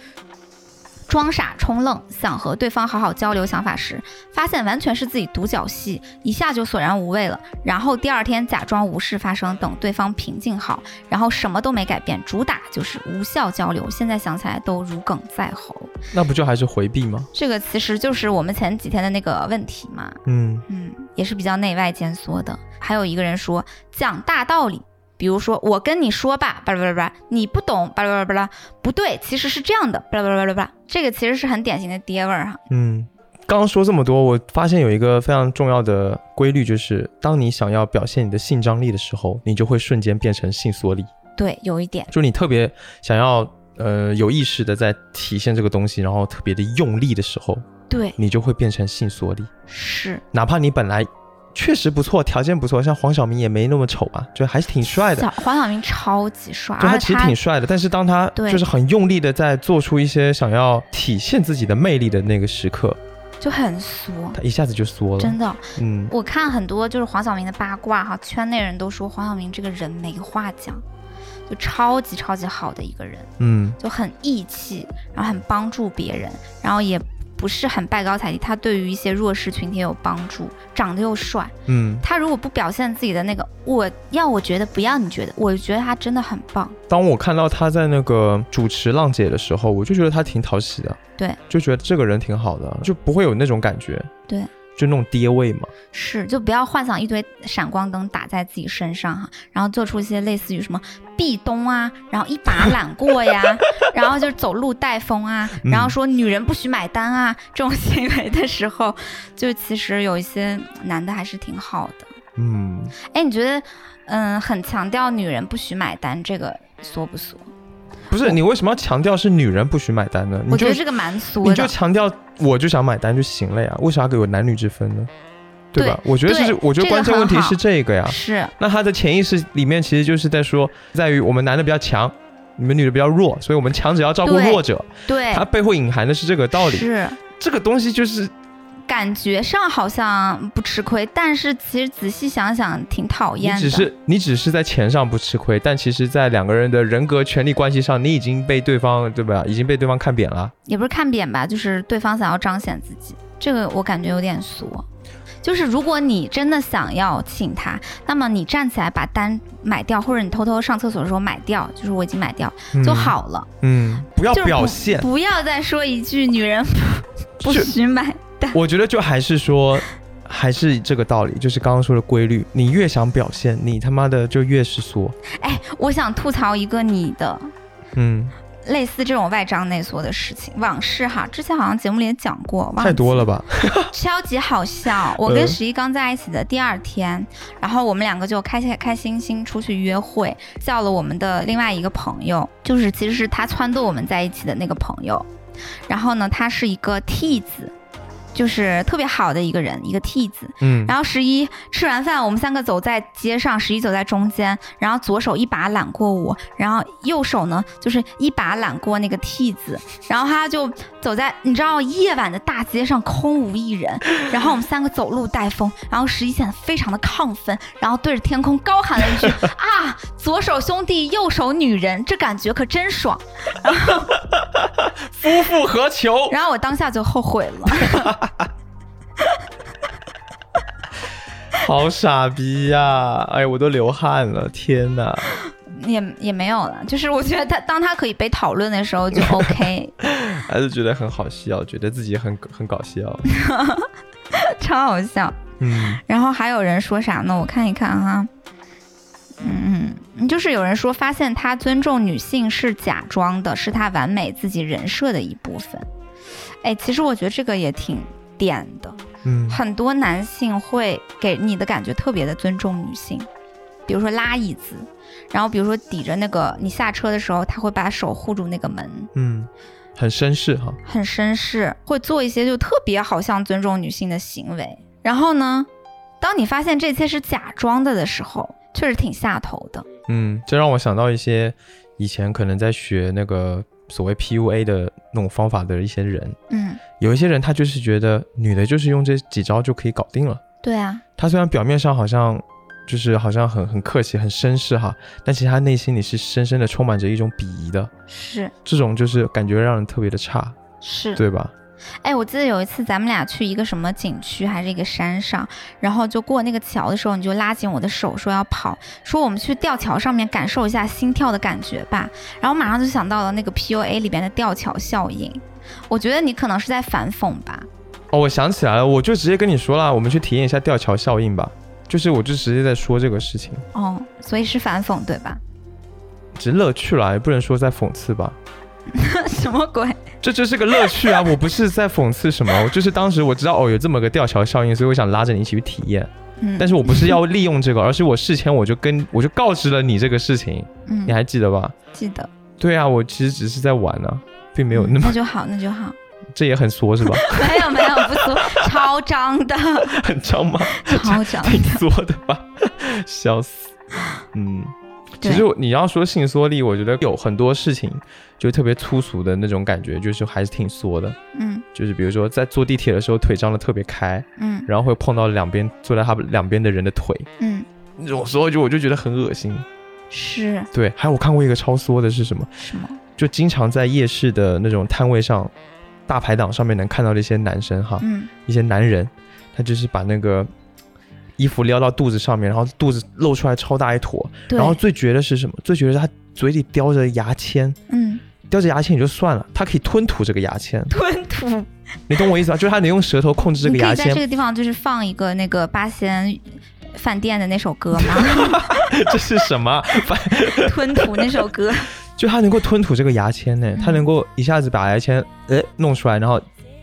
Speaker 1: 装傻充愣，想和对方好好交流想法时，发现完全是自己独角戏，一下就索然无味了。然后第二天假装无事发生，等对方平静好，然后什么都没改变，主打就是无效交流。现在想起来都如鲠在喉。
Speaker 2: 那不就还是回避吗？
Speaker 1: 这个其实就是我们前几天的那个问题嘛，
Speaker 2: 嗯，
Speaker 1: 嗯，也是比较内外兼缩的。还有一个人说讲大道理，比如说我跟你说吧，巴拉巴拉巴拉，你不懂，巴拉巴拉巴拉，不对，其实是这样的，巴拉巴拉巴拉巴拉，这个其实是很典型的爹味儿哈。
Speaker 2: 嗯，刚刚说这么多，我发现有一个非常重要的规律，就是当你想要表现你的性张力的时候，你就会瞬间变成性缩力，
Speaker 1: 对，有一点，
Speaker 2: 就你特别想要呃有意识的在体现这个东西，然后特别的用力的时候，
Speaker 1: 对，
Speaker 2: 你就会变成性缩力，
Speaker 1: 是
Speaker 2: 哪怕你本来。确实不错，条件不错，像黄晓明也没那么丑啊，就还是挺帅的
Speaker 1: 小。黄晓明超级帅，
Speaker 2: 就他
Speaker 1: 而
Speaker 2: 其
Speaker 1: 且
Speaker 2: 实
Speaker 1: 他
Speaker 2: 挺帅的，但是当他
Speaker 1: 对
Speaker 2: 就是很用力的在做出一些想要体现自己的魅力的那个时刻，
Speaker 1: 就很俗，
Speaker 2: 他一下子就缩了。
Speaker 1: 真的。
Speaker 2: 嗯，
Speaker 1: 我看很多就是黄晓明的八卦哈，圈内人都说黄晓明这个人没话讲，就超级超级好的一个人。
Speaker 2: 嗯，
Speaker 1: 就很义气，然后很帮助别人，然后也不是很拜高踩低，他对于一些弱势群体有帮助，长得又帅。
Speaker 2: 嗯，
Speaker 1: 他如果不表现自己的那个，我要我觉得不要你觉得，我觉得他真的很棒。
Speaker 2: 当我看到他在那个主持《浪姐》的时候，我就觉得他挺讨喜的，
Speaker 1: 对，
Speaker 2: 就觉得这个人挺好的，就不会有那种感觉，
Speaker 1: 对，
Speaker 2: 就那种爹味嘛。
Speaker 1: 是，就不要幻想一堆闪光灯打在自己身上哈，然后做出一些类似于什么壁咚啊，然后一把揽过呀， 然后就是走路带风啊，然后
Speaker 2: 嗯
Speaker 1: 说女人不许买单啊这种行为的时候，就其实有一些男的还是挺好的。
Speaker 2: 嗯，
Speaker 1: 哎，你觉得，嗯，很强调女人不许买单这个俗不俗？
Speaker 2: 不是，你为什么要强调是女人不许买单呢？你
Speaker 1: 我觉
Speaker 2: 就
Speaker 1: 得这个蛮俗
Speaker 2: 你就
Speaker 1: 的。
Speaker 2: 强调我就想买单就行了呀，为啥要给我男女之分呢？对吧？我觉得是
Speaker 1: 对，
Speaker 2: 我觉得
Speaker 1: 这个
Speaker 2: 关键问题
Speaker 1: 很好
Speaker 2: 是这个 呀。
Speaker 1: 是
Speaker 2: 那他的潜意识里面其实就是在说，在于我们男的比较强，你们女的比较弱，所以我们强者要照顾
Speaker 1: 对
Speaker 2: 弱者，
Speaker 1: 对，
Speaker 2: 它背后隐含的是这个道理。
Speaker 1: 是
Speaker 2: 这个东西就是
Speaker 1: 感觉上好像不吃亏，但是其实仔细想想挺讨
Speaker 2: 你
Speaker 1: 厌的。
Speaker 2: 只是你只是在钱上不吃亏，但其实，在两个人的人格权利关系上，你已经被对方对吧，已经被对方看扁了。
Speaker 1: 也不是看扁吧，就是对方想要彰显自己，这个我感觉有点俗。就是如果你真的想要请他，那么你站起来把单买掉，或者你偷偷上厕所的时候买掉，就是我已经买掉
Speaker 2: 嗯
Speaker 1: 就，好了，
Speaker 2: 嗯，不要
Speaker 1: 就是
Speaker 2: 表现，
Speaker 1: 不要再说一句女人不
Speaker 2: 就
Speaker 1: 许买
Speaker 2: 我觉得就还是说，还是这个道理，就是刚刚说的规律。你越想表现，你他妈的就越是缩。
Speaker 1: 哎，我想吐槽一个你的
Speaker 2: 嗯，
Speaker 1: 类似这种外张内缩的事情，往事哈，之前好像节目里也讲过，
Speaker 2: 太多了吧？
Speaker 1: 忘记，超级好笑。我
Speaker 2: 呃
Speaker 1: 跟十一刚在一起的第二天，然后我们两个就开开开心心出去约会，叫了我们的另外一个朋友，就是其实是他撺掇我们在一起的那个朋友，然后呢，他是一个 T 字。就是特别好的一个人，一个 T 字，
Speaker 2: 嗯，
Speaker 1: 然后十一吃完饭，我们三个走在街上，十一走在中间，然后左手一把揽过我，然后右手呢就是一把揽过那个 T 字，然后他就走在你知道夜晚的大街上空无一人，然后我们三个走路带风，然后十一显得非常的亢奋，然后对着天空高喊了一句啊，左手兄弟，右手女人，这感觉可真爽。
Speaker 2: 夫复何求？
Speaker 1: 然后我当下就后悔了。
Speaker 2: 好傻逼呀、哎，我都流汗了，天哪！
Speaker 1: 也也没有了，就是我觉得他当他可以被讨论的时候就 OK，
Speaker 2: 还是觉得很好笑，觉得自己很很搞笑。
Speaker 1: 超好笑。
Speaker 2: 嗯
Speaker 1: 然后还有人说啥呢？我看一看哈，嗯嗯，就是有人说发现他尊重女性是假装的，是他完美自己人设的一部分。哎，其实我觉得这个也挺点的，
Speaker 2: 嗯
Speaker 1: 很多男性会给你的感觉特别的尊重女性，比如说拉椅子，然后比如说抵着那个你下车的时候，他会把手护住那个门，
Speaker 2: 嗯，很绅士哈。
Speaker 1: 很绅士，会做一些就特别好像尊重女性的行为。然后呢，当你发现这些是假装的的时候，确实挺下头的。
Speaker 2: 嗯，这让我想到一些以前可能在学那个所谓 PUA 的那种方法的一些人，
Speaker 1: 嗯，
Speaker 2: 有一些人他就是觉得女的就是用这几招就可以搞定了。
Speaker 1: 对啊，
Speaker 2: 他虽然表面上好像就是好像很很客气、很绅士哈，但其实他内心里是深深的充满着一种鄙夷的。
Speaker 1: 是
Speaker 2: 这种就是感觉让人特别的差。
Speaker 1: 是，
Speaker 2: 对吧？
Speaker 1: 哎，我记得有一次咱们俩去一个什么景区还是一个山上，然后就过那个桥的时候，你就拉紧我的手说要跑，说我们去吊桥上面感受一下心跳的感觉吧。然后马上就想到了那个 PUA 里边的吊桥效应，我觉得你可能是在反讽吧。
Speaker 2: 哦，我想起来了，我就直接跟你说啦，我们去体验一下吊桥效应吧。就是我就直接在说这个事情，
Speaker 1: 哦，所以是反讽对吧？
Speaker 2: 只是乐趣啦，也不能说在讽刺吧。
Speaker 1: 什么鬼？
Speaker 2: 这就是个乐趣啊！我不是在讽刺什么，我就是当时我知道哦有这么个吊桥效应，所以我想拉着你一起去体验。
Speaker 1: 嗯，
Speaker 2: 但是我不是要利用这个，而是我事前我就跟我就告知了你这个事情，
Speaker 1: 嗯
Speaker 2: 你还记得吧？
Speaker 1: 记得
Speaker 2: 对啊，我其实只是在玩呢、并没有
Speaker 1: 嗯
Speaker 2: 那么
Speaker 1: 那就好，那就 好，
Speaker 2: 这也很缩是吧？
Speaker 1: 没有没有不俗，超张的，
Speaker 2: 很张吗？
Speaker 1: 超 张
Speaker 2: 挺
Speaker 1: 的，
Speaker 2: 缩的吧？笑死。嗯，其
Speaker 1: 对
Speaker 2: 实我你要说性缩力，我觉得有很多事情就特别粗俗的那种感觉，就是还是挺缩的。
Speaker 1: 嗯
Speaker 2: 就是比如说在坐地铁的时候腿张的特别开，
Speaker 1: 嗯
Speaker 2: 然后会碰到两边坐在他两边的人的腿，
Speaker 1: 嗯，
Speaker 2: 那种时候就我就觉得很恶心。
Speaker 1: 是
Speaker 2: 对，还有我看过一个超缩的是什么？
Speaker 1: 什么？
Speaker 2: 就经常在夜市的那种摊位上、大排档上面能看到的一些男生哈，
Speaker 1: 嗯。
Speaker 2: 一些男人，他就是把那个衣服撩到肚子上面，然后肚子露出来超大一坨，
Speaker 1: 对
Speaker 2: 然后最绝的是什么？最绝的是他嘴里叼着牙签，
Speaker 1: 嗯，
Speaker 2: 叼着牙签也就算了，他可以吞吐这个牙签，
Speaker 1: 吞吐。
Speaker 2: 你懂我意思吧？就是他能用舌头控制这个
Speaker 1: 你可
Speaker 2: 牙
Speaker 1: 以在
Speaker 2: 签
Speaker 1: 这，个地方就是放一个那个八仙饭店的那首歌 吗？
Speaker 2: 这是什么啊？反
Speaker 1: 吞吐那首歌。
Speaker 2: 就他能够吞吐这个牙签呢，
Speaker 1: 嗯
Speaker 2: 他能够一下子把牙签呃弄出来，然后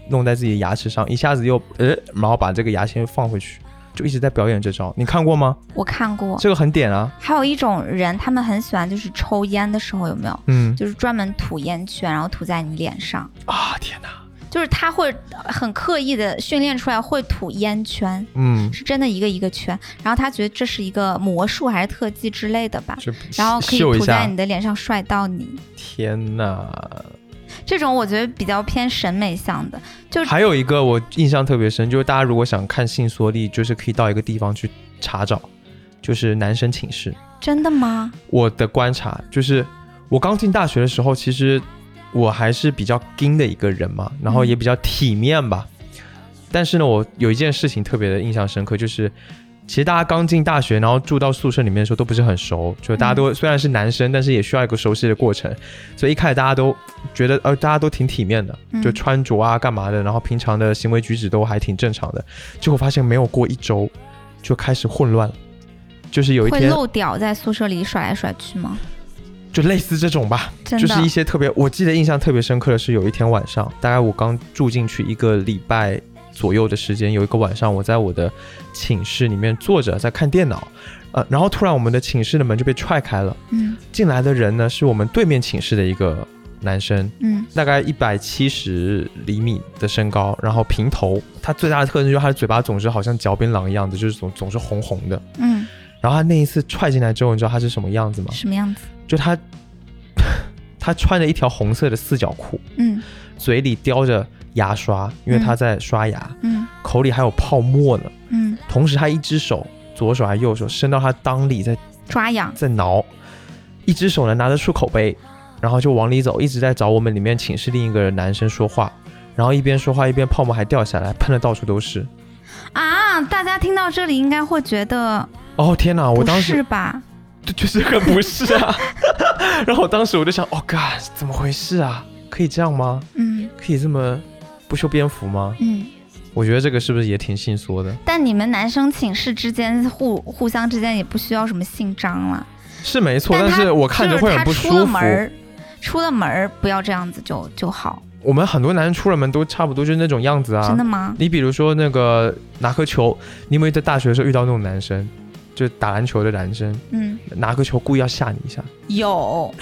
Speaker 2: 弄在自己的牙齿上，一下子又呃，然后把这个牙签放回去，就一直在表演这招。你看过吗？
Speaker 1: 我看过，
Speaker 2: 这个很点啊，
Speaker 1: 还有一种人，他们很喜欢就是抽烟的时候有没有？
Speaker 2: 嗯
Speaker 1: 就是专门吐烟圈，然后吐在你脸上，
Speaker 2: 啊，天哪，
Speaker 1: 就是他会很刻意的训练出来会吐烟圈，
Speaker 2: 嗯，
Speaker 1: 是真的一个一个圈。然后他觉得这是一个魔术还是特技之类的吧，
Speaker 2: 就
Speaker 1: 然后可以
Speaker 2: 秀一
Speaker 1: 吐在
Speaker 2: 下
Speaker 1: 你，的脸上帅到你。
Speaker 2: 天哪！
Speaker 1: 这种我觉得比较偏审美向的，就是
Speaker 2: 还有一个我印象特别深，就是大家如果想看性缩力，就是可以到一个地方去查找，就是男生寝室。
Speaker 1: 真的吗？
Speaker 2: 我的观察就是，我刚进大学的时候，其实我还是比较硬的一个人嘛，然后也比较体面吧。但是呢，我有一件事情特别的印象深刻，就是其实大家刚进大学，然后住到宿舍里面的时候都不是很熟，就大家
Speaker 1: 嗯
Speaker 2: 都、虽然是男生，但是也需要一个熟悉的过程，所以一开始大家都觉得呃大家都挺体面的，
Speaker 1: 嗯
Speaker 2: 就穿着啊干嘛的，然后平常的行为举止都还挺正常的。结果发现没有过一周就开始混乱了，就是有一
Speaker 1: 会
Speaker 2: 天
Speaker 1: 漏屌在宿舍里甩来甩去吗？
Speaker 2: 就类似这种吧，
Speaker 1: 真
Speaker 2: 就
Speaker 1: 的，
Speaker 2: 是一些特别，我记得印象特别深刻的是，有一天晚上，大概我刚住进去一个礼拜左右的时间，有一个晚上，我在我的寝室里面坐着在看电脑，呃，然后突然我们的寝室的门就被踹开了，
Speaker 1: 嗯
Speaker 2: 进来的人呢是我们对面寝室的一个男生，
Speaker 1: 嗯
Speaker 2: 大概一百七十厘米的身高，然后平头，他最大的特征就是他的嘴巴总是好像嚼槟榔一样的，就是总总是红红的。
Speaker 1: 嗯，
Speaker 2: 然后他那一次踹进来之后，你知道他是什么样子吗？
Speaker 1: 什么样子？
Speaker 2: 就他 他穿着一条红色的四角裤，
Speaker 1: 嗯
Speaker 2: 嘴里叼着牙刷，因为他在刷牙，
Speaker 1: 嗯
Speaker 2: 口里还有泡沫呢。
Speaker 1: 嗯，
Speaker 2: 同时，他一只手，左手还是右手，伸到他裆里在
Speaker 1: 抓痒，
Speaker 2: 在挠，一只手呢拿着漱口杯，然后就往里走，一直在找我们里面寝室另一个男生说话。然后一边说话一边泡沫还掉下来，喷的到处都是。
Speaker 1: 啊！大家听到这里应该会觉得
Speaker 2: 哦天哪！我
Speaker 1: 不
Speaker 2: 当时
Speaker 1: 是吧？
Speaker 2: 就就是很不是啊。 然后我当时我就想，哦 God，怎么回事啊？可以这样吗？
Speaker 1: 嗯
Speaker 2: 可以这么不修边幅吗？
Speaker 1: 嗯。
Speaker 2: 我觉得这个是不是也挺性缩的？
Speaker 1: 但你们男生寝室之间互互相之间也不需要什么姓张了，
Speaker 2: 是没错，
Speaker 1: 但
Speaker 2: 但
Speaker 1: 他
Speaker 2: 是我看
Speaker 1: 就
Speaker 2: 着
Speaker 1: 是
Speaker 2: 会
Speaker 1: 他
Speaker 2: 很不
Speaker 1: 出了
Speaker 2: 舒服
Speaker 1: 门。儿，出了门儿不要这样子就就好，
Speaker 2: 我们很多男人出了门都差不多就是那种样子啊
Speaker 1: 真的。吗？
Speaker 2: 你比如说那个拿颗球，你有没有在大学的时候遇到那种男生，就打篮球的男生
Speaker 1: 嗯，
Speaker 2: 拿颗球故意要吓你一下，
Speaker 1: 有，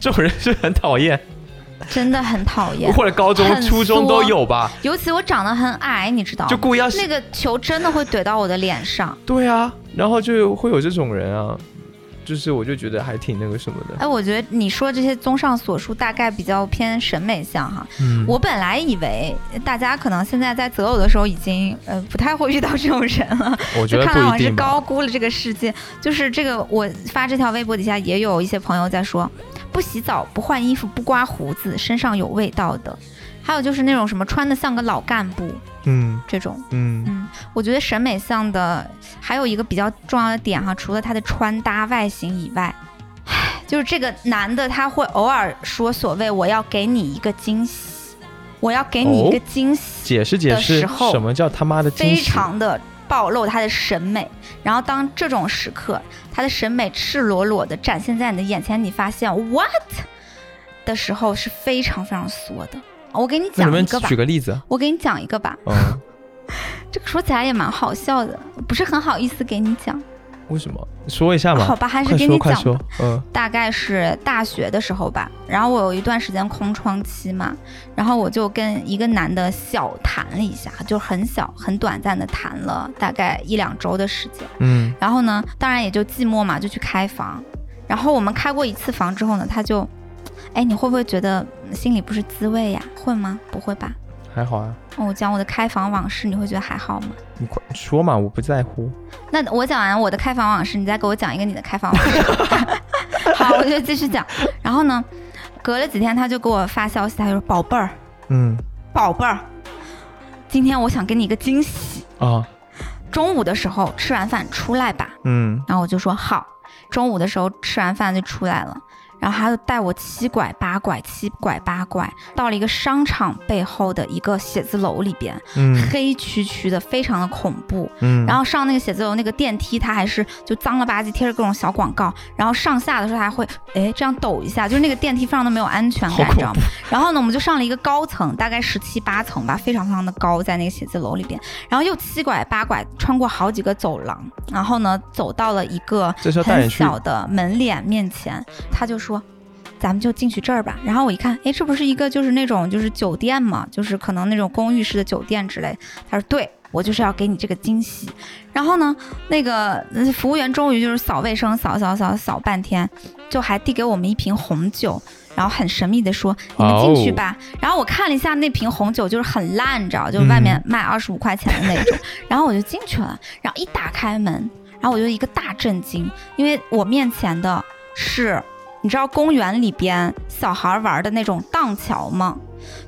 Speaker 2: 这种人是很讨厌，
Speaker 1: 真的很讨厌。
Speaker 2: 或者高中
Speaker 1: 很、哦
Speaker 2: 初中都有吧，
Speaker 1: 尤其我长得很矮，你知道
Speaker 2: 就
Speaker 1: 吗？
Speaker 2: 故意要吓。
Speaker 1: 那个球真的会怼到我的脸上。
Speaker 2: 对啊，然后就会有这种人啊，就是我就觉得还挺那个什么的。
Speaker 1: 哎，我觉得你说这些综上所述，大概比较偏审美向哈。
Speaker 2: 嗯，
Speaker 1: 我本来以为大家可能现在在择偶的时候已经呃不太会遇到这种人了，
Speaker 2: 我觉
Speaker 1: 就
Speaker 2: 得
Speaker 1: 看来我
Speaker 2: 不一
Speaker 1: 还是
Speaker 2: 定吧。
Speaker 1: 高估了这个世界。就是这个，我发这条微博底下也有一些朋友在说，不洗澡、不换衣服、不刮胡子，身上有味道的。还有就是那种什么穿的像个老干部
Speaker 2: 嗯
Speaker 1: 这种，
Speaker 2: 嗯
Speaker 1: 嗯，我觉得审美上的还有一个比较重要的点哈，除了他的穿搭外形以外，唉，就是这个男的他会偶尔说所谓我要给你一个惊喜，我要给你一个
Speaker 2: 哦
Speaker 1: 惊喜，
Speaker 2: 解释解
Speaker 1: 的
Speaker 2: 释
Speaker 1: 时候
Speaker 2: 什么叫他妈的惊
Speaker 1: 非
Speaker 2: 喜，
Speaker 1: 常的暴露他的审美。然后当这种时刻，他的审美赤裸裸的展现在你的眼前，你发现 what 的时候是非常非常缩的。我给你
Speaker 2: 那你
Speaker 1: 讲一
Speaker 2: 们
Speaker 1: 个吧
Speaker 2: 举，个例子，
Speaker 1: 我给你讲一个吧。
Speaker 2: 嗯，
Speaker 1: 这个说起来也蛮好笑的，不是很好意思给你讲。
Speaker 2: 为什么？说一下
Speaker 1: 好
Speaker 2: 嘛，
Speaker 1: 吧，哦还是
Speaker 2: 快
Speaker 1: 给你
Speaker 2: 说快
Speaker 1: 讲吧。
Speaker 2: 说，嗯
Speaker 1: 大概是大学的时候吧，然后我有一段时间空窗期嘛，然后我就跟一个男的小谈了一下，就很小很短暂的谈了大概一两周的时间。
Speaker 2: 嗯
Speaker 1: 然后呢，当然也就寂寞嘛，就去开房。然后我们开过一次房之后呢，他就，哎，你会不会觉得心里不是滋味呀？会吗？不会吧？哦
Speaker 2: 还好啊，
Speaker 1: 我讲我的开房往事，你会觉得还好吗？
Speaker 2: 你快说嘛，我不在乎，
Speaker 1: 那我讲完我的开房往事，你再给我讲一个你的开房往事。好，我就继续讲。然后呢，隔了几天他就给我发消息，他就说：“宝贝儿，
Speaker 2: 嗯
Speaker 1: 宝贝儿，今天我想给你一个惊喜，
Speaker 2: 啊
Speaker 1: 中午的时候吃完饭出来吧。
Speaker 2: 嗯”
Speaker 1: 然后我就说好。中午的时候吃完饭就出来了，然后他就带我七拐八拐，七拐八拐，到了一个商场背后的一个写字楼里边，
Speaker 2: 嗯
Speaker 1: 黑黢黢的，非常的恐怖。
Speaker 2: 嗯，
Speaker 1: 然后上那个写字楼那个电梯，它还是就脏了吧唧，贴着各种小广告。然后上下的时候，它还会哎这样抖一下，就是那个电梯非常的没有安全
Speaker 2: 好
Speaker 1: 感，
Speaker 2: 恐
Speaker 1: 你知道吗？然后呢，我们就上了一个高层，大概十七八层吧，非常非常的高，在那个写字楼里边。然后又七拐八拐穿过好几个走廊，然后呢走到了一个
Speaker 2: 这是要带
Speaker 1: 很
Speaker 2: 你去，
Speaker 1: 小的门脸面前，他就说。咱们就进去这儿吧。然后我一看，哎，这不是一个就是那种就是酒店嘛，就是可能那种公寓式的酒店之类。他说，对我就是要给你这个惊喜。然后呢，那个嗯服务员终于就是扫卫生，扫扫扫扫半天，就还递给我们一瓶红酒，然后很神秘的说：“你们进去吧。
Speaker 2: 哦
Speaker 1: 然后我看了一下那瓶红酒，就是很烂，你知道，就是外
Speaker 2: 嗯
Speaker 1: 面卖二十五块钱的那种。然后我就进去了，然后一打开门，然后我就一个大震惊，因为我面前的是，你知道公园里边小孩玩的那种荡桥吗？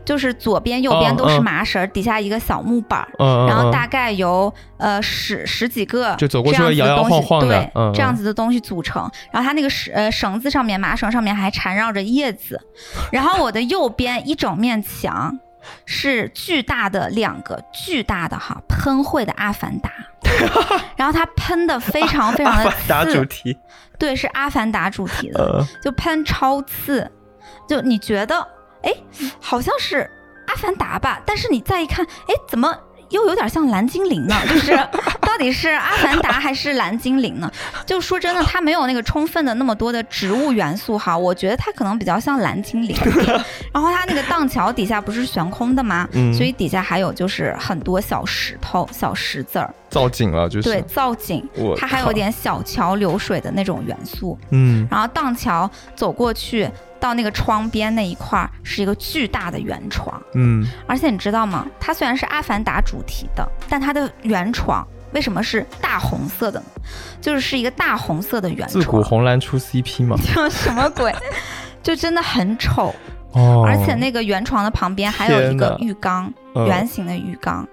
Speaker 1: 就是左边右边
Speaker 2: 嗯
Speaker 1: 都是
Speaker 2: 嗯
Speaker 1: 麻绳儿，底下一个小木板儿。
Speaker 2: 嗯嗯，
Speaker 1: 然后
Speaker 2: 嗯
Speaker 1: 大概由呃十十几个
Speaker 2: 就走过去
Speaker 1: 这样子
Speaker 2: 摇
Speaker 1: 的
Speaker 2: 摇
Speaker 1: 东西
Speaker 2: 晃晃的
Speaker 1: 对，
Speaker 2: 嗯
Speaker 1: 这样
Speaker 2: 嗯
Speaker 1: 子的东西组成。然后它那个绳呃绳子上面麻绳上面还缠绕着叶子， 然后我的右边一整面墙是巨大的两个巨大的哈喷绘的阿凡 达，然后它喷的非常非常的
Speaker 2: 反答主
Speaker 1: 刺，
Speaker 2: 题，
Speaker 1: 对，是阿凡达主题的，
Speaker 2: 呃，
Speaker 1: 就喷超刺，就你觉得，哎，好像是阿凡达吧？但是你再一看，哎，怎么又有点像蓝精灵呢？就是到底是阿凡达还是蓝精灵呢？就说真的，它没有那个充分的那么多的植物元素哈，我觉得它可能比较像蓝精灵。然后它那个荡桥底下不是悬空的吗？
Speaker 2: 嗯
Speaker 1: 所以底下还有就是很多小石头、小石子儿，
Speaker 2: 造景了就是，
Speaker 1: 对，造景，
Speaker 2: 我
Speaker 1: 它还
Speaker 2: 靠
Speaker 1: 有点小桥流水的那种元素。
Speaker 2: 嗯
Speaker 1: 然后荡桥走过去到那个窗边那一块儿是一个巨大的圆床，
Speaker 2: 嗯
Speaker 1: 而且你知道吗？它虽然是《阿凡达》主题的，但它的圆床为什么是大红色的呢？就是是一个大红色的圆
Speaker 2: 自古
Speaker 1: 床，
Speaker 2: 红蓝出 CP 嘛，
Speaker 1: 就什么鬼？就真的很 丑，
Speaker 2: 哦，
Speaker 1: 而且那个圆床的旁边还有一个
Speaker 2: 天哪
Speaker 1: 浴缸，
Speaker 2: 嗯
Speaker 1: 圆形的浴缸。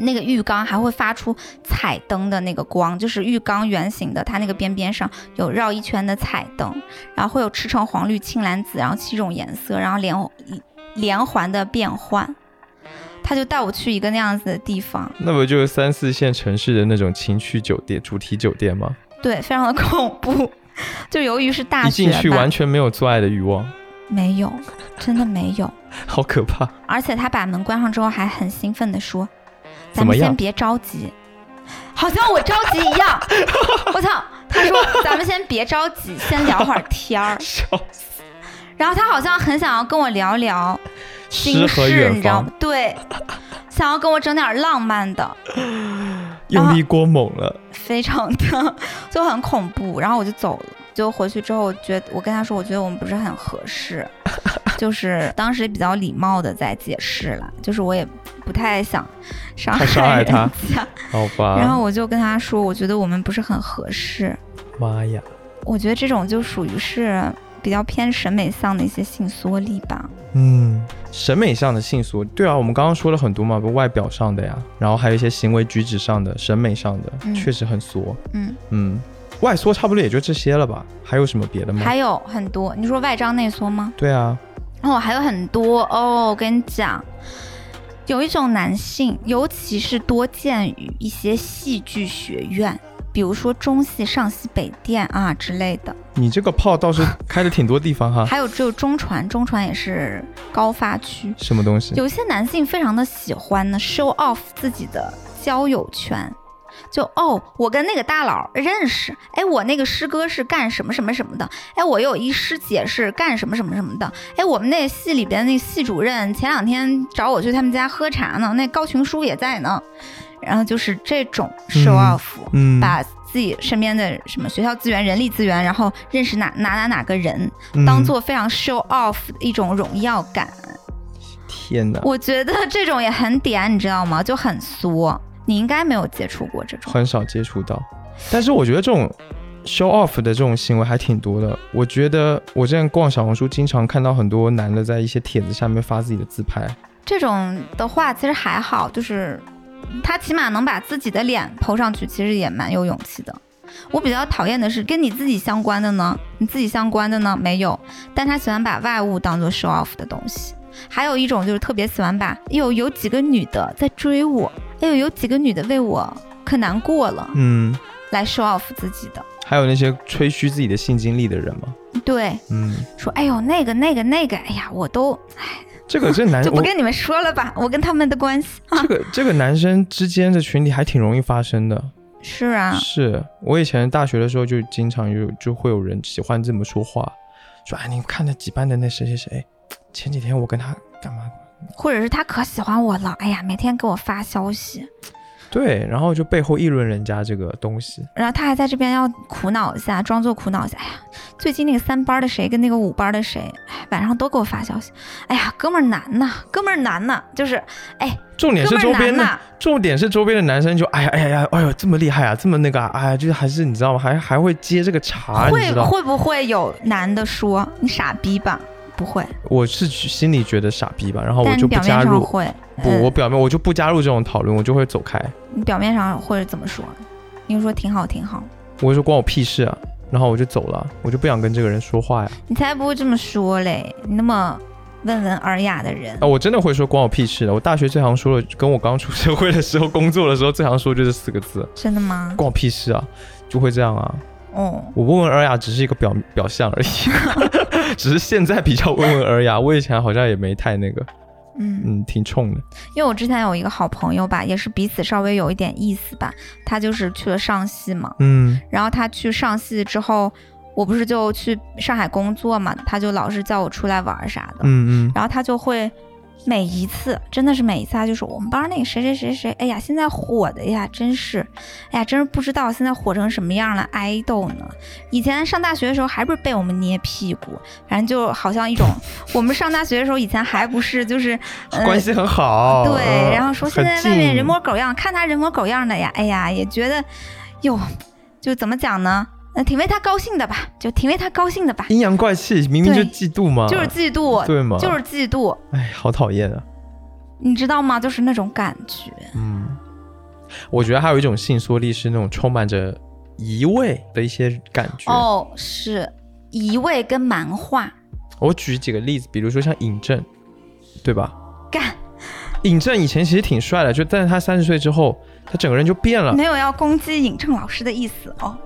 Speaker 1: 那个浴缸还会发出彩灯的那个光，就是浴缸圆形的，它那个边边上有绕一圈的彩灯，然后会有赤橙黄绿青蓝紫，然后七种颜色，然后连连环的变换。他就带我去一个那样子的地方，
Speaker 2: 那不就是三四线城市的那种情趣酒店、主题酒店吗？
Speaker 1: 对，非常的恐怖。 就由于是大
Speaker 2: 一
Speaker 1: 学
Speaker 2: 进去
Speaker 1: 吧
Speaker 2: 完全没有做爱的欲望，
Speaker 1: 没有，真的没有。
Speaker 2: 好可 怕！
Speaker 1: 而且他把门关上之后，还很兴奋地说：“咱
Speaker 2: 怎么
Speaker 1: 们先
Speaker 2: 样
Speaker 1: 别着急，好像我着急一样。”我操！他说：“咱们先别着急，先聊会儿天儿。
Speaker 2: 笑死，”
Speaker 1: 然后他好像很想要跟我聊聊
Speaker 2: 诗
Speaker 1: 心
Speaker 2: 和
Speaker 1: 事，
Speaker 2: 远
Speaker 1: 你知道
Speaker 2: 方
Speaker 1: 吗，？对，想要跟我整点儿浪漫的，
Speaker 2: 用力过猛了。
Speaker 1: 非常的就很恐怖。然后我就走了。就回去之后，我觉得我跟他说，我觉得我们不是很合适，就是当时比较礼貌的在解释了，就是我也不太想伤
Speaker 2: 太伤害
Speaker 1: 害人
Speaker 2: 他
Speaker 1: 家。
Speaker 2: 好吧，
Speaker 1: 然后我就跟他说，我觉得我们不是很合适。
Speaker 2: 妈呀，
Speaker 1: 我觉得这种就属于是比较偏审美上的一些性缩力吧。
Speaker 2: 嗯，审美上的性所，对啊，我们刚刚说了很多嘛，不外表上的呀，然后还有一些行为举止上的、审美上的，
Speaker 1: 嗯
Speaker 2: 确实很缩。
Speaker 1: 嗯，
Speaker 2: 嗯，外缩差不多也就这些了吧？还有什么别的吗？
Speaker 1: 还有很多。你说外张内缩吗？
Speaker 2: 对啊，
Speaker 1: 哦，还有很多哦。我跟你讲，有一种男性，尤其是多见于一些戏剧学院，比如说中戏、上戏、北电啊之类的，
Speaker 2: 你这个炮倒是开的挺多地方哈。
Speaker 1: 还有只有中传，中传也是高发区。
Speaker 2: 什么东西？
Speaker 1: 有些男性非常的喜欢呢，show off 自己的交友圈。就哦，我跟那个大佬认识，哎，我那个师哥是干什么什么什么的，哎，我有一师姐是干什么什么什么的，哎，我们那系里边那系主任前两天找我去他们家喝茶呢，那高群书也在呢，然后就是这种 show
Speaker 2: 嗯
Speaker 1: off，、
Speaker 2: 嗯，
Speaker 1: 把自己身边的什么学校资源、人力资源，然后认识哪哪哪哪个人，
Speaker 2: 嗯
Speaker 1: 当做非常 show off 的一种荣耀感。
Speaker 2: 天哪，
Speaker 1: 我觉得这种也很点，你知道吗？就很俗。你应该没有接触过这种，
Speaker 2: 很少接触到。但是我觉得这种 show off 的这种行为还挺多的。我觉得我之前逛小红书，经常看到很多男的在一些帖子下面发自己的自拍。
Speaker 1: 这种的话其实还好，就是他起码能把自己的脸抛上去，其实也蛮有勇气的。我比较讨厌的是跟你自己相关的呢，你自己相关的呢没有，但他喜欢把外物当做 show off 的东西。还有一种就是特别喜欢把，哎呦有几个女的在追我，哎呦有几个女的为我可难过了，
Speaker 2: 嗯，
Speaker 1: 来 show off 自己的。
Speaker 2: 还有那些吹嘘自己的性经历的人嘛。
Speaker 1: 对，
Speaker 2: 嗯，
Speaker 1: 说哎呦那个那个那个，哎呀我都哎
Speaker 2: 这个这 男
Speaker 1: 就不
Speaker 2: 哎我
Speaker 1: 跟你们说了吧，我跟他们的关系
Speaker 2: 这个这个男生之间的群体还挺容易发生的。
Speaker 1: 是啊，
Speaker 2: 是我以前大学的时候就经常有就会有人喜欢这么说话，说哎，你看那几班的那谁谁谁，前几天我跟他干嘛？
Speaker 1: 或者是他可喜欢我了，哎呀，每天给我发消息，
Speaker 2: 对，然后就背后议论人家这个东西。
Speaker 1: 然后他还在这边要苦恼一下，装作苦恼一下，哎呀，最近那个三班的谁跟那个五班的谁，哎，晚上都给我发消息，哎呀，哥们儿难呐，哥们儿难呐，就是
Speaker 2: 重点
Speaker 1: 哥
Speaker 2: 是
Speaker 1: 们
Speaker 2: 周
Speaker 1: 儿
Speaker 2: 边
Speaker 1: 难
Speaker 2: 的，
Speaker 1: 呐，
Speaker 2: 重点是周边的男生就哎呀哎呀哎呀，哎呦这么厉害啊，这么那个啊，哎呀，就是还是你知道吗？还还会接这个茬，啊你
Speaker 1: 会
Speaker 2: 知道？
Speaker 1: 会不会有男的说你傻逼吧？不会，
Speaker 2: 我是心里觉得傻逼吧，然哦后我
Speaker 1: 但你
Speaker 2: 就不
Speaker 1: 表面
Speaker 2: 加
Speaker 1: 上
Speaker 2: 入，
Speaker 1: 会，
Speaker 2: 不，
Speaker 1: 嗯
Speaker 2: 我表面我就不加入这种讨论，我就会走开。
Speaker 1: 你表面上会怎么说？你说挺好挺好，
Speaker 2: 我就说关我屁事啊，然后我就走了，我就不想跟这个人说话呀。
Speaker 1: 你才不会这么说嘞！你那么温文尔雅的人
Speaker 2: 啊，，我真的会说关我屁事的。我大学最常说的，跟我刚出社会的时候工作的时候最常说就是四个字，
Speaker 1: 真的吗？
Speaker 2: 关我屁事啊，就会这样啊。
Speaker 1: 哦，
Speaker 2: 我温文尔雅只是一个表表象而已， 只是现在比较温文尔雅，我以前好像也没太那个，
Speaker 1: 嗯，
Speaker 2: 嗯，挺冲的。
Speaker 1: 因为我之前有一个好朋友吧，也是彼此稍微有一点意思吧，他就是去了上戏嘛，
Speaker 2: 嗯，
Speaker 1: 然后他去上戏之后，我不是就去上海工作嘛，他就老是叫我出来玩儿啥的，
Speaker 2: 嗯嗯，
Speaker 1: 然后他就会每一次，真的是每一次，他就说我们班儿那个谁谁谁谁，哎呀，现在火的呀，真是，哎呀，真是不知道现在火成什么样了，爱豆呢？以前上大学的时候还不是被我们捏屁股，反正就好像一种，我们上大学的时候以前还不是就是、呃、
Speaker 2: 关。系很好。
Speaker 1: 对，
Speaker 2: 嗯
Speaker 1: 然后说现
Speaker 2: 很
Speaker 1: 在外面
Speaker 2: 近
Speaker 1: 人模狗样，看他人模狗样的呀，哎呀，也觉得，哟，就怎么讲呢？呃，挺为他高兴的吧，就挺为他高兴的吧，
Speaker 2: 阴阳怪气，明明就
Speaker 1: 对
Speaker 2: 嫉妒嘛，
Speaker 1: 就是嫉妒，
Speaker 2: 啊对吗？
Speaker 1: 就是嫉妒，
Speaker 2: 哎，好讨厌啊。
Speaker 1: 你知道吗？就是那种感觉。
Speaker 2: 嗯，我觉得还有一种性缩力是那种充满着移位的一些感觉。
Speaker 1: 哦，是移位跟蛮化
Speaker 2: 我举几个例子，比如说像尹正，对吧？
Speaker 1: 干，
Speaker 2: 尹正以前其实挺帅的，就但是他三十岁之后，他整个人就变了。
Speaker 1: 没有要攻击尹正老师的意思哦。们
Speaker 2: 啊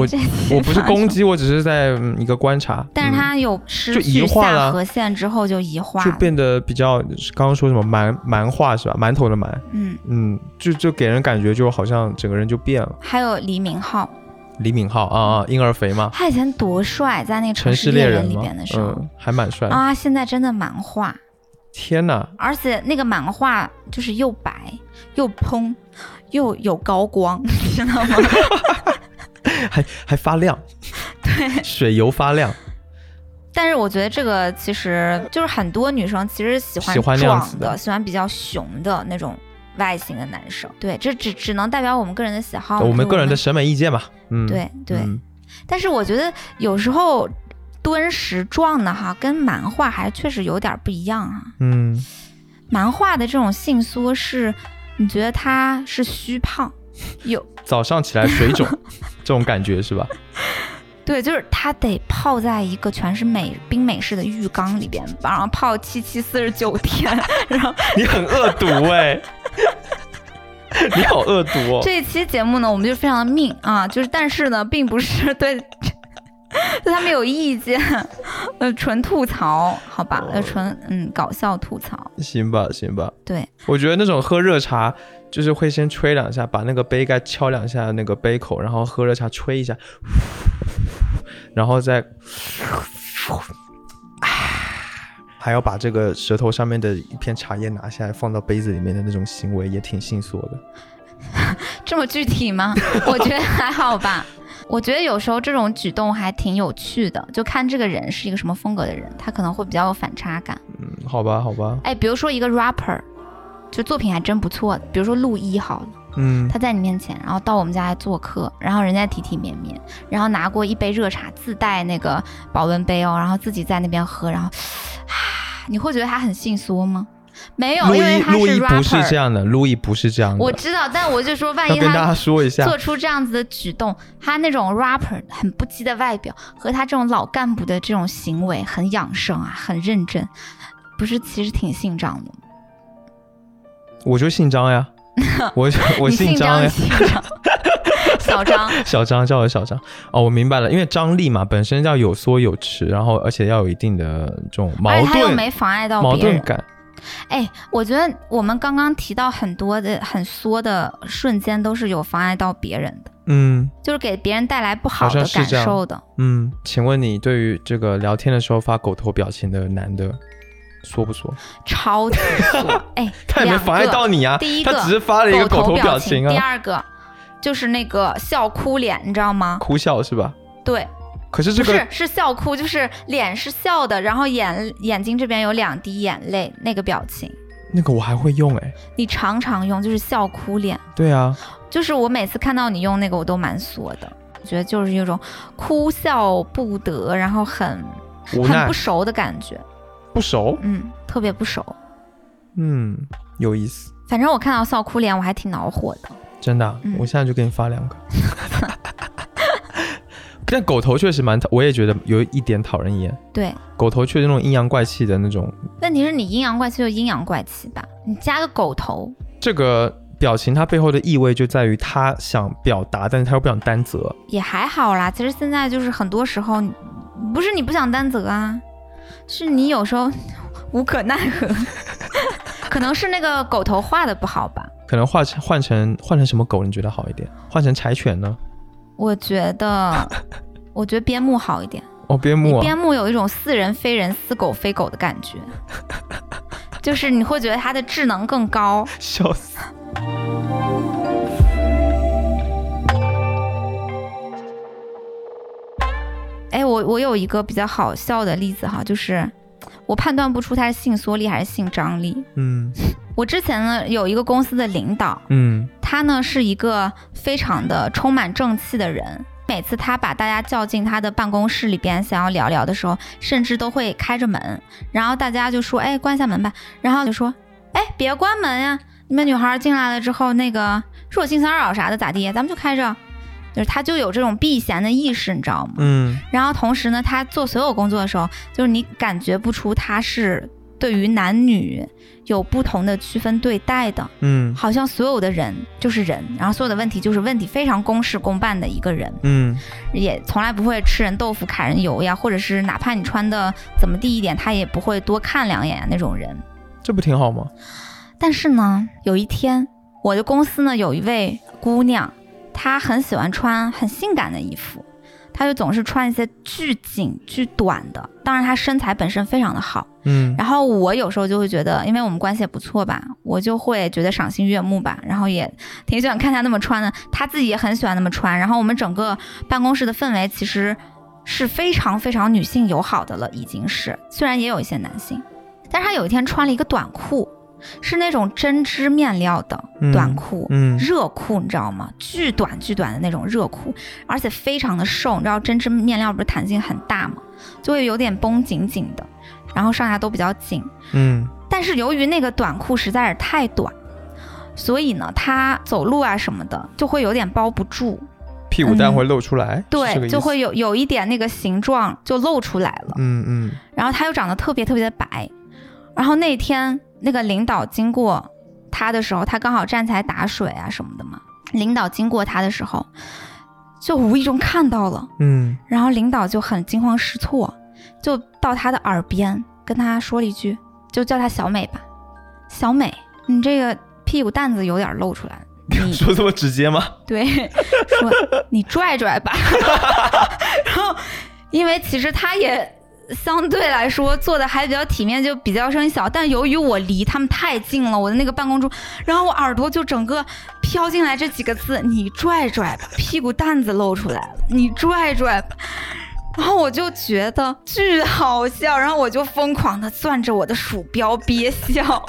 Speaker 2: 我
Speaker 1: 这期
Speaker 2: 我不是
Speaker 1: 发
Speaker 2: 攻
Speaker 1: 生，
Speaker 2: 击，我只是在、嗯一个观察。
Speaker 1: 但是
Speaker 2: 嗯
Speaker 1: 他有失
Speaker 2: 就移
Speaker 1: 去
Speaker 2: 化
Speaker 1: 下
Speaker 2: 了
Speaker 1: 颌线之后就移化
Speaker 2: 就
Speaker 1: 了，
Speaker 2: 变得比较，刚刚说什么蛮蛮话是吧？馒头的蛮，
Speaker 1: 嗯。
Speaker 2: 嗯，就就给人感觉就好像整个人就变了。
Speaker 1: 还有李敏镐，
Speaker 2: 李敏镐啊啊，婴儿肥嘛，
Speaker 1: 他以前多帅，在那个《
Speaker 2: 《 城
Speaker 1: 市
Speaker 2: 猎
Speaker 1: 人》里
Speaker 2: 嘛
Speaker 1: 边的，时候、
Speaker 2: 嗯，还蛮帅的。
Speaker 1: 啊，现在真的蛮化，
Speaker 2: 天哪，
Speaker 1: 而且那个蛮化就是又白又嘭，又有高光， 你知道吗？
Speaker 2: 还还发亮， 对，水油发亮，
Speaker 1: 但是我觉得这个其实就是很多女生其实喜欢
Speaker 2: 喜欢那样子
Speaker 1: 壮
Speaker 2: 的
Speaker 1: 喜欢比较熊的那种外形的男生。对，这只只能代表我们个人的喜好，
Speaker 2: 我
Speaker 1: 就是
Speaker 2: 们个人的审美意见嘛，嗯，
Speaker 1: 对对。
Speaker 2: 嗯
Speaker 1: 但是我觉得有时候敦实状的哈，跟蛮话还确实有点不一样啊。
Speaker 2: 嗯，
Speaker 1: 蛮话的这种性缩是，你觉得他是虚胖， 有
Speaker 2: 早上起来水 肿这种感觉是吧？
Speaker 1: 对，就是他得泡在一个全是美冰美式的浴缸里边，然后泡七七四十九天。然后
Speaker 2: 你很恶毒 哎、你好恶毒哦。
Speaker 1: 这一期节目呢，我们就非常的命啊，就是但是呢，并不是 对对他们有意见，呃，纯吐槽，好吧，呃，纯嗯搞笑吐槽，
Speaker 2: 行吧，行吧。
Speaker 1: 对，
Speaker 2: 我觉得那种喝热茶，就是会先吹两下，把那个杯盖敲两下那个杯口，然后喝热茶吹一下， 然后再， 还要把这个舌头上面的一片茶叶拿下来放到杯子里面的那种行为也挺性缩的。
Speaker 1: 这么具体吗？我觉得还好吧。我觉得有时候这种举动还挺有趣的，就看这个人是一个什么风格的人，他可能会比较有反差感。
Speaker 2: 嗯，好吧，好吧，
Speaker 1: 哎，比如说一个 rapper，就作品还真不错的，比如说陆一好了，
Speaker 2: 嗯
Speaker 1: 他在你面前，然后到我们家来做客，然后人家体体面面，然后拿过一杯热茶，自带那个保温杯哦，然后自己在那边喝，然后，啊，你会觉得他很性缩吗？没有，
Speaker 2: 路
Speaker 1: 因为
Speaker 2: 易
Speaker 1: 他
Speaker 2: 路易不是这
Speaker 1: rapper。
Speaker 2: 样的，路易不是这样的，
Speaker 1: 我知道，但我就说，万
Speaker 2: 要
Speaker 1: 一
Speaker 2: 跟大
Speaker 1: 他
Speaker 2: 家说一下
Speaker 1: 做，出这样子的举动，他那种 rapper 很不羁的外表和他这种老干部的这种行为很养生啊，很认真，不是其实挺性张的吗。
Speaker 2: 我就姓 张呀，我我
Speaker 1: 你
Speaker 2: 姓
Speaker 1: 姓
Speaker 2: 张
Speaker 1: 张，
Speaker 2: 呀
Speaker 1: 你，姓张， 小张，
Speaker 2: 小张叫我小张哦，我明白了，因为张力嘛，本身要有缩有弛，然后而且要有一定的这种矛
Speaker 1: 而且他又
Speaker 2: 盾
Speaker 1: 哎没妨碍到
Speaker 2: 矛
Speaker 1: 别
Speaker 2: 盾
Speaker 1: 人。
Speaker 2: 感。
Speaker 1: 哎，我觉得我们刚刚提到很多的很缩的瞬间，都是有妨碍到别人的，
Speaker 2: 嗯
Speaker 1: 就是给别人带来不好
Speaker 2: 好像
Speaker 1: 的
Speaker 2: 是
Speaker 1: 感
Speaker 2: 这样
Speaker 1: 受的。
Speaker 2: 嗯，请问你对于这个聊天的时候发狗头表情的男的，说不说？
Speaker 1: 超级 缩，哎，
Speaker 2: 他也没
Speaker 1: 两
Speaker 2: 妨碍
Speaker 1: 个
Speaker 2: 到你啊，
Speaker 1: 第一
Speaker 2: 他
Speaker 1: 个
Speaker 2: 只是发了一个
Speaker 1: 狗
Speaker 2: 狗头
Speaker 1: 表
Speaker 2: 情
Speaker 1: 第
Speaker 2: 啊，
Speaker 1: 二个就是那个笑哭脸，你知道吗？
Speaker 2: 哭笑是吧？
Speaker 1: 对，
Speaker 2: 可是这
Speaker 1: 不
Speaker 2: 个
Speaker 1: 是是笑哭，就是脸是笑的，然后眼眼睛这边有两滴眼泪，那个表情
Speaker 2: 那个我还会用哎，
Speaker 1: 你常常用，就是笑哭脸。
Speaker 2: 对啊，
Speaker 1: 就是我每次看到你用那个，我都蛮锁的，我觉得就是有种哭笑不得，然后很
Speaker 2: 无
Speaker 1: 很
Speaker 2: 奈
Speaker 1: 不熟的感觉，
Speaker 2: 不熟，
Speaker 1: 嗯，特别不熟。
Speaker 2: 嗯，有意思，
Speaker 1: 反正我看到笑哭脸，我还挺恼火的。
Speaker 2: 真的啊、
Speaker 1: 嗯
Speaker 2: 我现在就给你发两个。 但狗头确实蛮讨，我也觉得有一点讨人厌。
Speaker 1: 对，
Speaker 2: 狗头确实那种阴阳怪气的那种，
Speaker 1: 问题是你阴阳怪气就阴阳怪气吧，你加个狗头，
Speaker 2: 这个表情它背后的意味就在于他想表达，但是他又不想担责。
Speaker 1: 也还好啦。其实现在就是很多时候，你不是你不想担责啊，是你有时候无可奈何，可能是那个狗头画的不好吧。
Speaker 2: 可能换成换成换成什么狗你觉得好一点？换成柴犬呢？
Speaker 1: 我觉得，我觉得边牧好一点。
Speaker 2: 哦，边
Speaker 1: 你
Speaker 2: 牧啊，
Speaker 1: 边牧有一种似人非人、似狗非狗的感 觉，就是你会觉得它的智能更高。
Speaker 2: 笑死。
Speaker 1: 哎，我我有一个比较好笑的例子哈，就是我判断不出他是姓缩力还是姓张力。
Speaker 2: 嗯
Speaker 1: 我之前呢有一个公司的领导，
Speaker 2: 嗯，
Speaker 1: 他呢是一个非常的充满正气的人。每次他把大家叫进他的办公室里边，想要聊聊的时候，甚至都会开着门，然后大家就说：“哎，关一下门吧。”然后就说：“哎，别关门呀！你们女孩进来了之后，那个说我性骚扰啥的咋地，咱们就开着。”就是他就有这种避嫌的意识，你知道吗？
Speaker 2: 嗯，
Speaker 1: 然后同时呢，他做所有工作的时候，就是你感觉不出他是对于男女有不同的区分对待的，
Speaker 2: 嗯，
Speaker 1: 好像所有的人就是人，然后所有的问题就是问题，非常公事公办的一个人，
Speaker 2: 嗯，
Speaker 1: 也从来不会吃人豆腐卡人油呀，或者是哪怕你穿的怎么地一点，他也不会多看两眼啊那种人。
Speaker 2: 这不挺好吗？
Speaker 1: 但是呢，有一天，我的公司呢有一位姑娘，她很喜欢穿很性感的衣服，她就总是穿一些巨紧巨短的。当然，她身材本身非常的好。
Speaker 2: 嗯
Speaker 1: 然后我有时候就会觉得，因为我们关系也不错吧，我就会觉得赏心悦目吧，然后也挺喜欢看她那么穿的，她自己也很喜欢那么穿。然后我们整个办公室的氛围其实是非常非常女性友好的了，已经是，虽然也有一些男性，但是她有一天穿了一个短裤，是那种针织面料的
Speaker 2: 嗯
Speaker 1: 短裤。
Speaker 2: 嗯
Speaker 1: 热裤你知道吗？巨短巨短的那种热裤，而且非常的瘦。你知道针织面料不是弹性很大吗？就会有点绷紧紧的，然后上下都比较紧。
Speaker 2: 嗯
Speaker 1: 但是由于那个短裤实在是太短，所以呢，它走路啊什么的就会有点包不住，
Speaker 2: 屁股蛋
Speaker 1: 嗯
Speaker 2: 会露出来，是这个
Speaker 1: 对，
Speaker 2: 意
Speaker 1: 就
Speaker 2: 思
Speaker 1: 会有有一点那个形状就露出来了。
Speaker 2: 嗯嗯
Speaker 1: 然后他又长得特别特别的白。然后那天那个领导经过他的时候，他刚好站起来打水啊什么的嘛。领导经过他的时候，就无意中看到了，
Speaker 2: 嗯，
Speaker 1: 然后领导就很惊慌失措，就到他的耳边跟他说了一句，就叫他小美吧，小美，你这个屁股蛋子有点露出来了，你
Speaker 2: 说这么直接吗？
Speaker 1: 对，说你拽拽吧。 然后，因为其实他也相对来说做的还比较体面，就比较声音小。但由于我离他们太近了，我的那个办公桌，然后我耳朵就整个飘进来这几个字：“你拽拽吧，屁股蛋子露出来了，你拽拽吧。”然后我就觉得巨好笑，然后我就疯狂的攥着我的鼠标憋笑。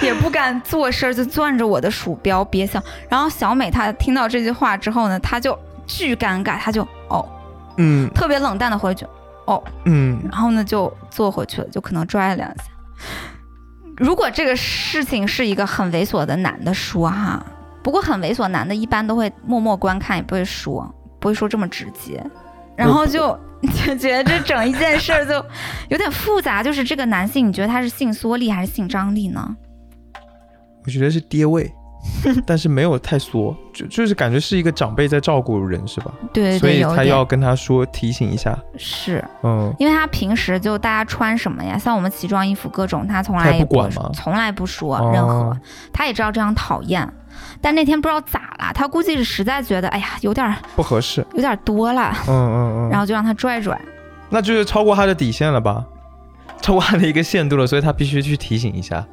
Speaker 1: 也不敢做声，就攥着我的鼠标憋笑。然后小美她听到这句话之后呢，她就巨尴尬，她就哦，
Speaker 2: 嗯
Speaker 1: 特别冷淡的回去，
Speaker 2: 嗯，
Speaker 1: 然后呢就坐回去了，就可能拽了两下。如果这个事情是一个很猥琐的男的说哈，不过很猥琐男的一般都会默默观看，也不会说，不会说这么直接。然后就
Speaker 2: 嗯
Speaker 1: 就 觉得这整一件事儿就有点复杂，就是这个男性，你觉得他是性缩力还是性张力呢？
Speaker 2: 我觉得是爹 味，但是没有太缩，就就是感觉是一个长辈在照顾人是吧？
Speaker 1: 对对
Speaker 2: 所
Speaker 1: 对，
Speaker 2: 以
Speaker 1: 有一
Speaker 2: 他
Speaker 1: 点
Speaker 2: 要跟他说提醒一下，
Speaker 1: 是。
Speaker 2: 嗯
Speaker 1: 因为他平时就大家穿什么呀，像我们奇装异服各种，他从来
Speaker 2: 他也
Speaker 1: 也
Speaker 2: 不管
Speaker 1: 说
Speaker 2: 吗
Speaker 1: 从来不说
Speaker 2: 哦
Speaker 1: 任何，他也知道这样讨厌。但那天不知道咋了，他估计是实在觉得，哎呀，有点儿
Speaker 2: 不合适，
Speaker 1: 有点儿多了，
Speaker 2: 嗯嗯
Speaker 1: 然
Speaker 2: 嗯，
Speaker 1: 后就让他拽拽。
Speaker 2: 那就是超过他的底线了吧？超过他的一个限度了，所以他必须去提醒一下。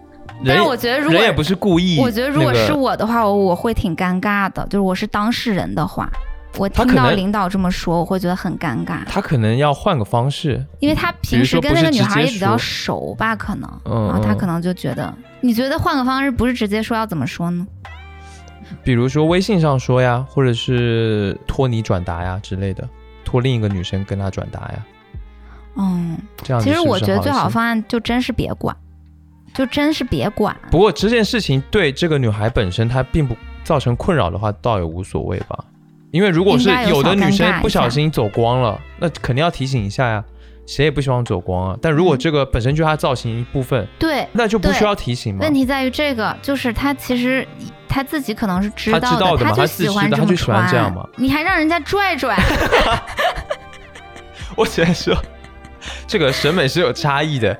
Speaker 1: 但
Speaker 2: 人
Speaker 1: 是我觉得如果
Speaker 2: 人也不是故意，
Speaker 1: 我觉得如果
Speaker 2: 那个
Speaker 1: 是我的话，我我会挺尴尬的，就是我是当事人的话，我
Speaker 2: 他
Speaker 1: 听
Speaker 2: 可
Speaker 1: 到
Speaker 2: 能
Speaker 1: 领导这么说，我会觉得很尴尬，
Speaker 2: 他可能要换个方式，
Speaker 1: 因为他
Speaker 2: 比
Speaker 1: 平
Speaker 2: 如
Speaker 1: 时
Speaker 2: 说
Speaker 1: 跟
Speaker 2: 不
Speaker 1: 那
Speaker 2: 是
Speaker 1: 个女
Speaker 2: 直
Speaker 1: 孩
Speaker 2: 接
Speaker 1: 也比较
Speaker 2: 说
Speaker 1: 熟吧，可能，
Speaker 2: 嗯，
Speaker 1: 然啊后他
Speaker 2: 嗯
Speaker 1: 可能就觉得，你觉得换个方式不是直接说要怎么说呢？
Speaker 2: 比如说微信上说呀，或者是托你转达呀之类的，托另一个女生跟他转达呀，
Speaker 1: 嗯。
Speaker 2: 这样子
Speaker 1: 其实
Speaker 2: 是不
Speaker 1: 我
Speaker 2: 是
Speaker 1: 觉得
Speaker 2: 好一
Speaker 1: 最好
Speaker 2: 些
Speaker 1: 的方案就真是别管，就真是别管。
Speaker 2: 不过这件事情对这个女孩本身她并不造成困扰的话，倒也无所谓吧。因为如果是
Speaker 1: 应该有
Speaker 2: 有的
Speaker 1: 小
Speaker 2: 女
Speaker 1: 尴
Speaker 2: 生
Speaker 1: 尬一
Speaker 2: 不小
Speaker 1: 下
Speaker 2: 心走光了，那肯定要提醒一下呀。谁也不希望走光啊。但如果
Speaker 1: 嗯
Speaker 2: 这个本身就是她造型一部分，
Speaker 1: 对，
Speaker 2: 那就不需
Speaker 1: 对
Speaker 2: 要提醒嘛。
Speaker 1: 问题在于这个，就是他其实他自己可能是知
Speaker 2: 他
Speaker 1: 道
Speaker 2: 知道的
Speaker 1: 他
Speaker 2: 嘛他
Speaker 1: 就
Speaker 2: 自
Speaker 1: 喜欢
Speaker 2: 知的
Speaker 1: 这
Speaker 2: 他
Speaker 1: 么
Speaker 2: 就喜欢
Speaker 1: 穿，
Speaker 2: 这样嘛
Speaker 1: 你还让人家拽 拽，
Speaker 2: 我只能说，这个审美是有差异的，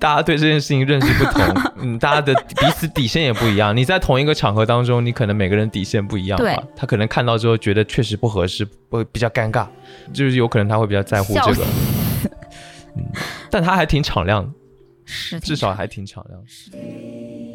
Speaker 2: 大家对这件事情认识不同， 嗯，大家的彼此底线也不一样。你在同一个场合当中，你可能每个人底线不一样
Speaker 1: 对
Speaker 2: 吧。他可能看到之后觉得确实不合适，会比较尴尬，就是有可能他会比较在乎
Speaker 1: 笑
Speaker 2: 这
Speaker 1: 死
Speaker 2: 个。嗯，但他还挺敞亮的，
Speaker 1: 是
Speaker 2: 至少还挺敞亮的。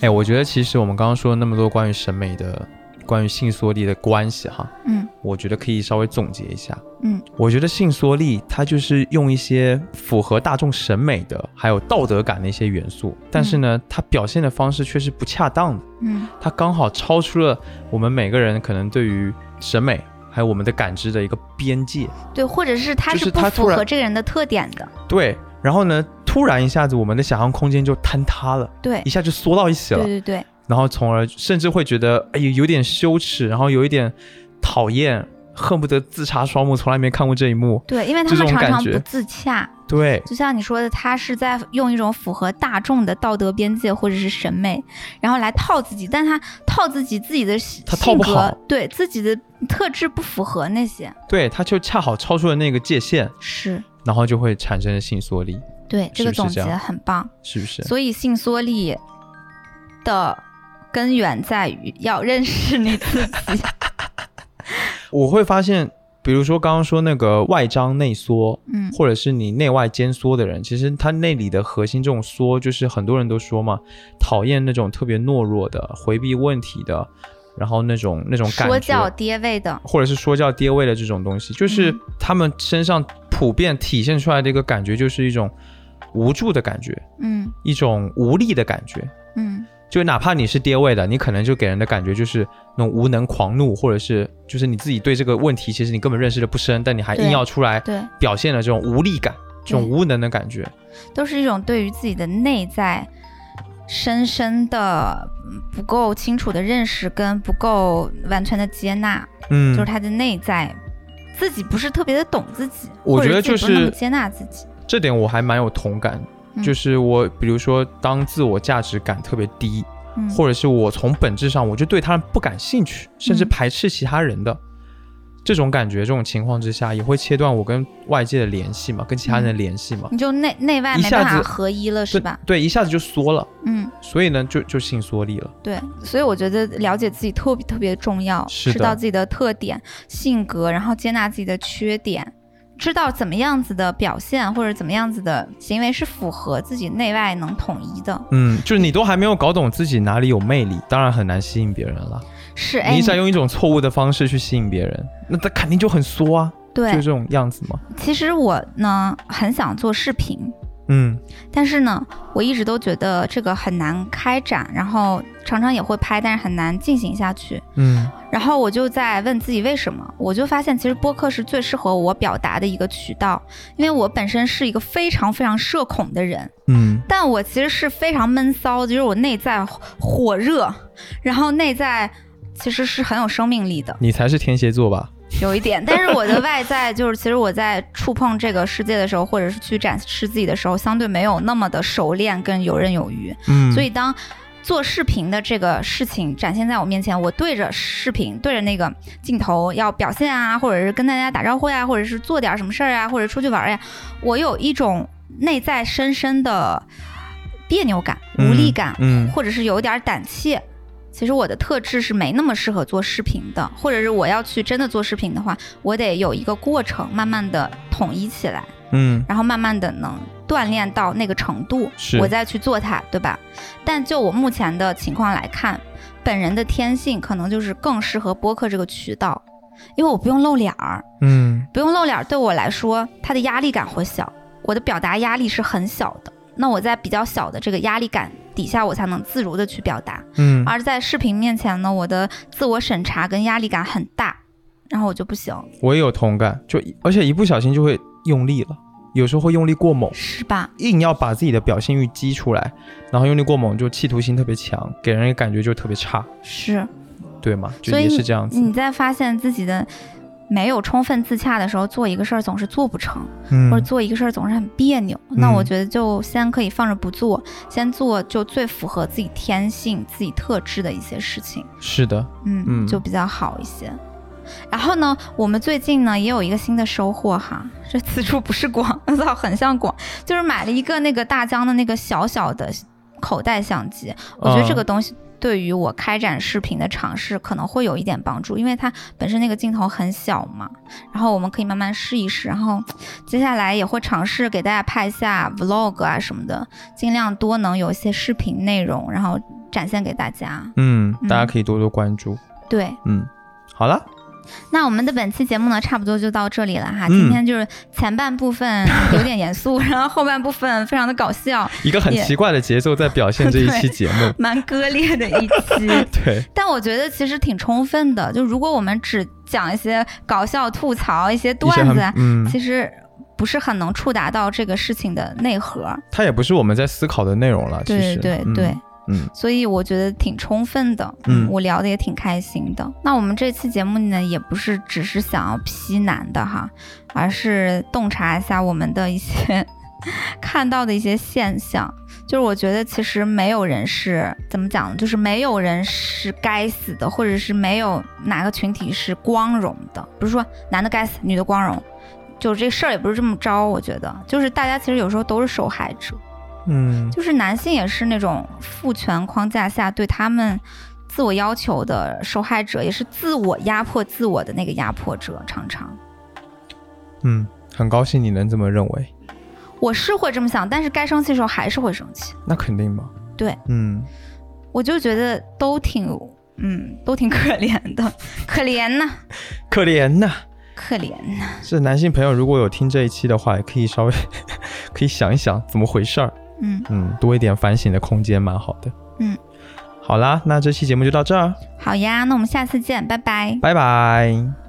Speaker 2: 哎，我觉得其实我们刚刚说了那么多关于审美的、关于性缩力的关系哈，
Speaker 1: 嗯
Speaker 2: 我觉得可以稍微总结一下。
Speaker 1: 嗯，
Speaker 2: 我觉得性缩力它就是用一些符合大众审美的，还有道德感的一些元素，但是呢，它表现的方式却是不恰当的，
Speaker 1: 嗯
Speaker 2: 它刚好超出了我们每个人可能对于审美还有我们的感知的一个边界。
Speaker 1: 对，或者是他
Speaker 2: 就是是
Speaker 1: 不
Speaker 2: 他突
Speaker 1: 符
Speaker 2: 然
Speaker 1: 合这个人的特点的，
Speaker 2: 对，然后呢，突然一下子我们的想象空间就坍塌了，
Speaker 1: 对
Speaker 2: 一下就缩到一起
Speaker 1: 哎对
Speaker 2: 了，
Speaker 1: 对对，
Speaker 2: 然后从而甚至会觉得哎呦有点羞耻，然后有一点讨厌，恨不得自插双目，从来没看过这一幕。
Speaker 1: 对，因为他
Speaker 2: 这
Speaker 1: 们
Speaker 2: 种
Speaker 1: 常
Speaker 2: 感
Speaker 1: 常
Speaker 2: 觉
Speaker 1: 不自洽，
Speaker 2: 对，
Speaker 1: 就像你说的，他是在用一种符合大众的道德边界或者是审美，然后来套自己，但他套自己自己的性
Speaker 2: 他套不好
Speaker 1: 格对自己的特质不符合那些，
Speaker 2: 对，它就恰好超出了那个界限，
Speaker 1: 是
Speaker 2: 然后就会产生了性缩力，
Speaker 1: 对
Speaker 2: 是
Speaker 1: 这
Speaker 2: 不
Speaker 1: 个
Speaker 2: 是
Speaker 1: 总
Speaker 2: 这
Speaker 1: 结
Speaker 2: 样
Speaker 1: 很棒。
Speaker 2: 是不是？
Speaker 1: 所以性缩力的根源在于要认识你自己。
Speaker 2: 我会发现，比如说刚刚说那个外张内缩，
Speaker 1: 嗯
Speaker 2: 或者是你内外兼缩的人，其实他内里的核心这种缩，就是很多人都说嘛，讨厌那种特别懦弱的、回避问题的，然后那种那种感
Speaker 1: 说教
Speaker 2: 觉，
Speaker 1: 爹位的，
Speaker 2: 或者是说教爹味的这种东西，就是
Speaker 1: 嗯
Speaker 2: 他们身上普遍体现出来的一个感觉，就是一种无助的感觉，
Speaker 1: 嗯
Speaker 2: 一种无力的感觉。
Speaker 1: 嗯
Speaker 2: 就哪怕你是爹味的，你可能就给人的感觉就是那种无能狂怒，或者是就是你自己对这个问题其实你根本认识的不深，但你还
Speaker 1: 对
Speaker 2: 硬要出来
Speaker 1: 对，
Speaker 2: 表现了这种无力感、这种
Speaker 1: 对
Speaker 2: 无能的感觉。
Speaker 1: 都是一种对于自己的内在深深的嗯不够清楚的认识跟不够完全的接纳，
Speaker 2: 嗯，
Speaker 1: 就是他的内在自己不是特别的懂自己，
Speaker 2: 我
Speaker 1: 或者
Speaker 2: 觉得
Speaker 1: 自己
Speaker 2: 就
Speaker 1: 不那么
Speaker 2: 是
Speaker 1: 接纳自己。
Speaker 2: 这点我还蛮有同感，
Speaker 1: 嗯
Speaker 2: 就是我比如说当自我价值感特别低，
Speaker 1: 嗯，
Speaker 2: 或者是我从本质上我就对他人不感兴趣，甚至
Speaker 1: 嗯
Speaker 2: 排斥其他人的、这种感觉，这种情况之下也会切断我跟外界的联系嘛，跟其他人的联系嘛，
Speaker 1: 你就内内外
Speaker 2: 一
Speaker 1: 没办
Speaker 2: 下
Speaker 1: 法
Speaker 2: 子
Speaker 1: 合一嗯了，是吧？
Speaker 2: 对，一下子就缩了，
Speaker 1: 嗯，
Speaker 2: 所以呢就就性缩力了，
Speaker 1: 对，所以我觉得了解自己特别特别重要，
Speaker 2: 是的
Speaker 1: 知道自己的特点、性格，然后接纳自己的缺点，知道怎么样子的表现或者怎么样子的行为是符合自己内外能统一的。
Speaker 2: 嗯，就是你都还没有搞懂自己哪里有魅力，当然很难吸引别人了，
Speaker 1: 是，哎，
Speaker 2: 你想
Speaker 1: 你
Speaker 2: 用一种错误的方式去吸引别人，那他肯定就很缩啊，就
Speaker 1: 对
Speaker 2: 这，种样子嘛，
Speaker 1: 其实我呢很想做视频，
Speaker 2: 嗯
Speaker 1: 但是呢，我一直都觉得这个很难开展，然后常常也会拍，但是很难进行下去。
Speaker 2: 嗯
Speaker 1: 然后我就在问自己为什么，我就发现其实播客是最适合我表达的一个渠道，因为我本身是一个非常非常社恐的人，
Speaker 2: 嗯，
Speaker 1: 但我其实是非常闷骚的，就是我内在火热，然后内在其实是很有生命力的，
Speaker 2: 你才是天蝎座吧？
Speaker 1: 有一点。但是我的外在就是，其实我在触碰这个世界的时候，或者是去展示自己的时候，相对没有那么的熟练跟游刃有余。
Speaker 2: 嗯，
Speaker 1: 所以当做视频的这个事情展现在我面前，我对着视频，对着那个镜头要表现啊，或者是跟大家打招呼啊呀、或者是做点什么事儿啊，或者出去玩儿呀、我有一种内在深深的别扭感、无力感，
Speaker 2: 嗯
Speaker 1: 或者是有点胆怯。其实我的特质是没那么适合做视频的，或者是我要去真的做视频的话，我得有一个过程，慢慢的统一起来。
Speaker 2: 嗯
Speaker 1: 然后慢慢的能锻炼到那个程度
Speaker 2: 是，
Speaker 1: 我再去做它，对吧？但就我目前的情况来看，本人的天性可能就是更适合播客这个渠道，因为我不用露脸儿，
Speaker 2: 嗯
Speaker 1: 不用露脸儿对我来说，它的压力感会小，我的表达压力是很小的。那我在比较小的这个压力感底下，我才能自如的去表达。
Speaker 2: 嗯
Speaker 1: 而在视频面前呢，我的自我审查跟压力感很大，然后我就不行，
Speaker 2: 我也有同感，就一而且一不小心就会用力了，有时候会用力过猛，
Speaker 1: 是吧？
Speaker 2: 硬要把自己的表现欲激出来，然后用力过猛就企图心特别强，给人的感觉就特别差，
Speaker 1: 是。
Speaker 2: 对吗？就
Speaker 1: 所以
Speaker 2: 也是这样子，
Speaker 1: 你嗯在发现自己的没有充分自洽的时候，做一个事儿总是做不成，或者
Speaker 2: 嗯
Speaker 1: 做一个事儿总是很别扭，那
Speaker 2: 嗯
Speaker 1: 我觉得就先可以放着不做，先做就最符合自己天性、自己特质的一些事情，
Speaker 2: 是的，
Speaker 1: 嗯，
Speaker 2: 嗯
Speaker 1: 就比较好一些。然后呢，我们最近呢也有一个新的收获哈， 这此处不是广， 操，很像广，就是买了一个那个大疆的那个小小的口袋相机，我觉得这个
Speaker 2: 嗯
Speaker 1: 东西对于我开展视频的尝试可能会有一点帮助，因为它本身那个镜头很小嘛，然后我们可以慢慢试一试，然后接下来也会尝试给大家拍一下 vlog 啊什么的，尽量多能有一些视频内容，然后展现给大家。
Speaker 2: 嗯
Speaker 1: 嗯，
Speaker 2: 大家可以多多关注，
Speaker 1: 对，
Speaker 2: 嗯，好了，
Speaker 1: 那我们的本期节目呢，差不多就到这里了哈。
Speaker 2: 嗯
Speaker 1: 今天就是前半部 分有点严肃，然后后半部分非常的搞笑，
Speaker 2: 一个很
Speaker 1: 也
Speaker 2: 奇怪的节奏在表现这一期
Speaker 1: 对
Speaker 2: 节目，
Speaker 1: 蛮割裂的一期。
Speaker 2: 对，
Speaker 1: 但我觉得其实挺充分的，就如果我们只讲一些搞笑、吐槽一些
Speaker 2: 一些
Speaker 1: 段
Speaker 2: 很
Speaker 1: 子啊，
Speaker 2: 嗯，
Speaker 1: 其实不是很能触达到这个事情的内核。
Speaker 2: 它也不是我们在思考的内容了，其
Speaker 1: 对
Speaker 2: 实，
Speaker 1: 对
Speaker 2: 嗯
Speaker 1: 对，，
Speaker 2: 嗯
Speaker 1: 所以我觉得挺充分的，
Speaker 2: 嗯
Speaker 1: 我聊的也挺开心的。那我们这期节目呢，也不是只是想要批男的哈，而是洞察一下我们的一些 看到的一些现象。就是我觉得其实没有人是怎么讲呢，就是没有人是该死的，或者是没有哪个群体是光荣的，不是说男的该死，女的光荣。就这事儿也不是这么着，我觉得，就是大家其实有时候都是受害者，
Speaker 2: 嗯
Speaker 1: 就是男性也是那种父权框架下对他们自我要求的受害者，也是自我压迫自我的那个压迫者。常常
Speaker 2: 嗯，很高兴你能这么认为。
Speaker 1: 我是会这么想，但是该生气的时候还是会生气。
Speaker 2: 那肯定嘛。
Speaker 1: 对，
Speaker 2: 嗯
Speaker 1: 我就觉得都挺嗯，都挺可怜的，可怜呐，
Speaker 2: 可怜呐、
Speaker 1: 可怜呐。
Speaker 2: 是男性朋友，如果有听这一期的话，也可以稍微 可以想一想怎么回事儿，
Speaker 1: 嗯，
Speaker 2: 嗯，多一点反省的空间，蛮好的。
Speaker 1: 嗯，
Speaker 2: 好啦，那这期节目就到这儿，
Speaker 1: 好呀，那我们下次见，拜拜。
Speaker 2: 拜拜。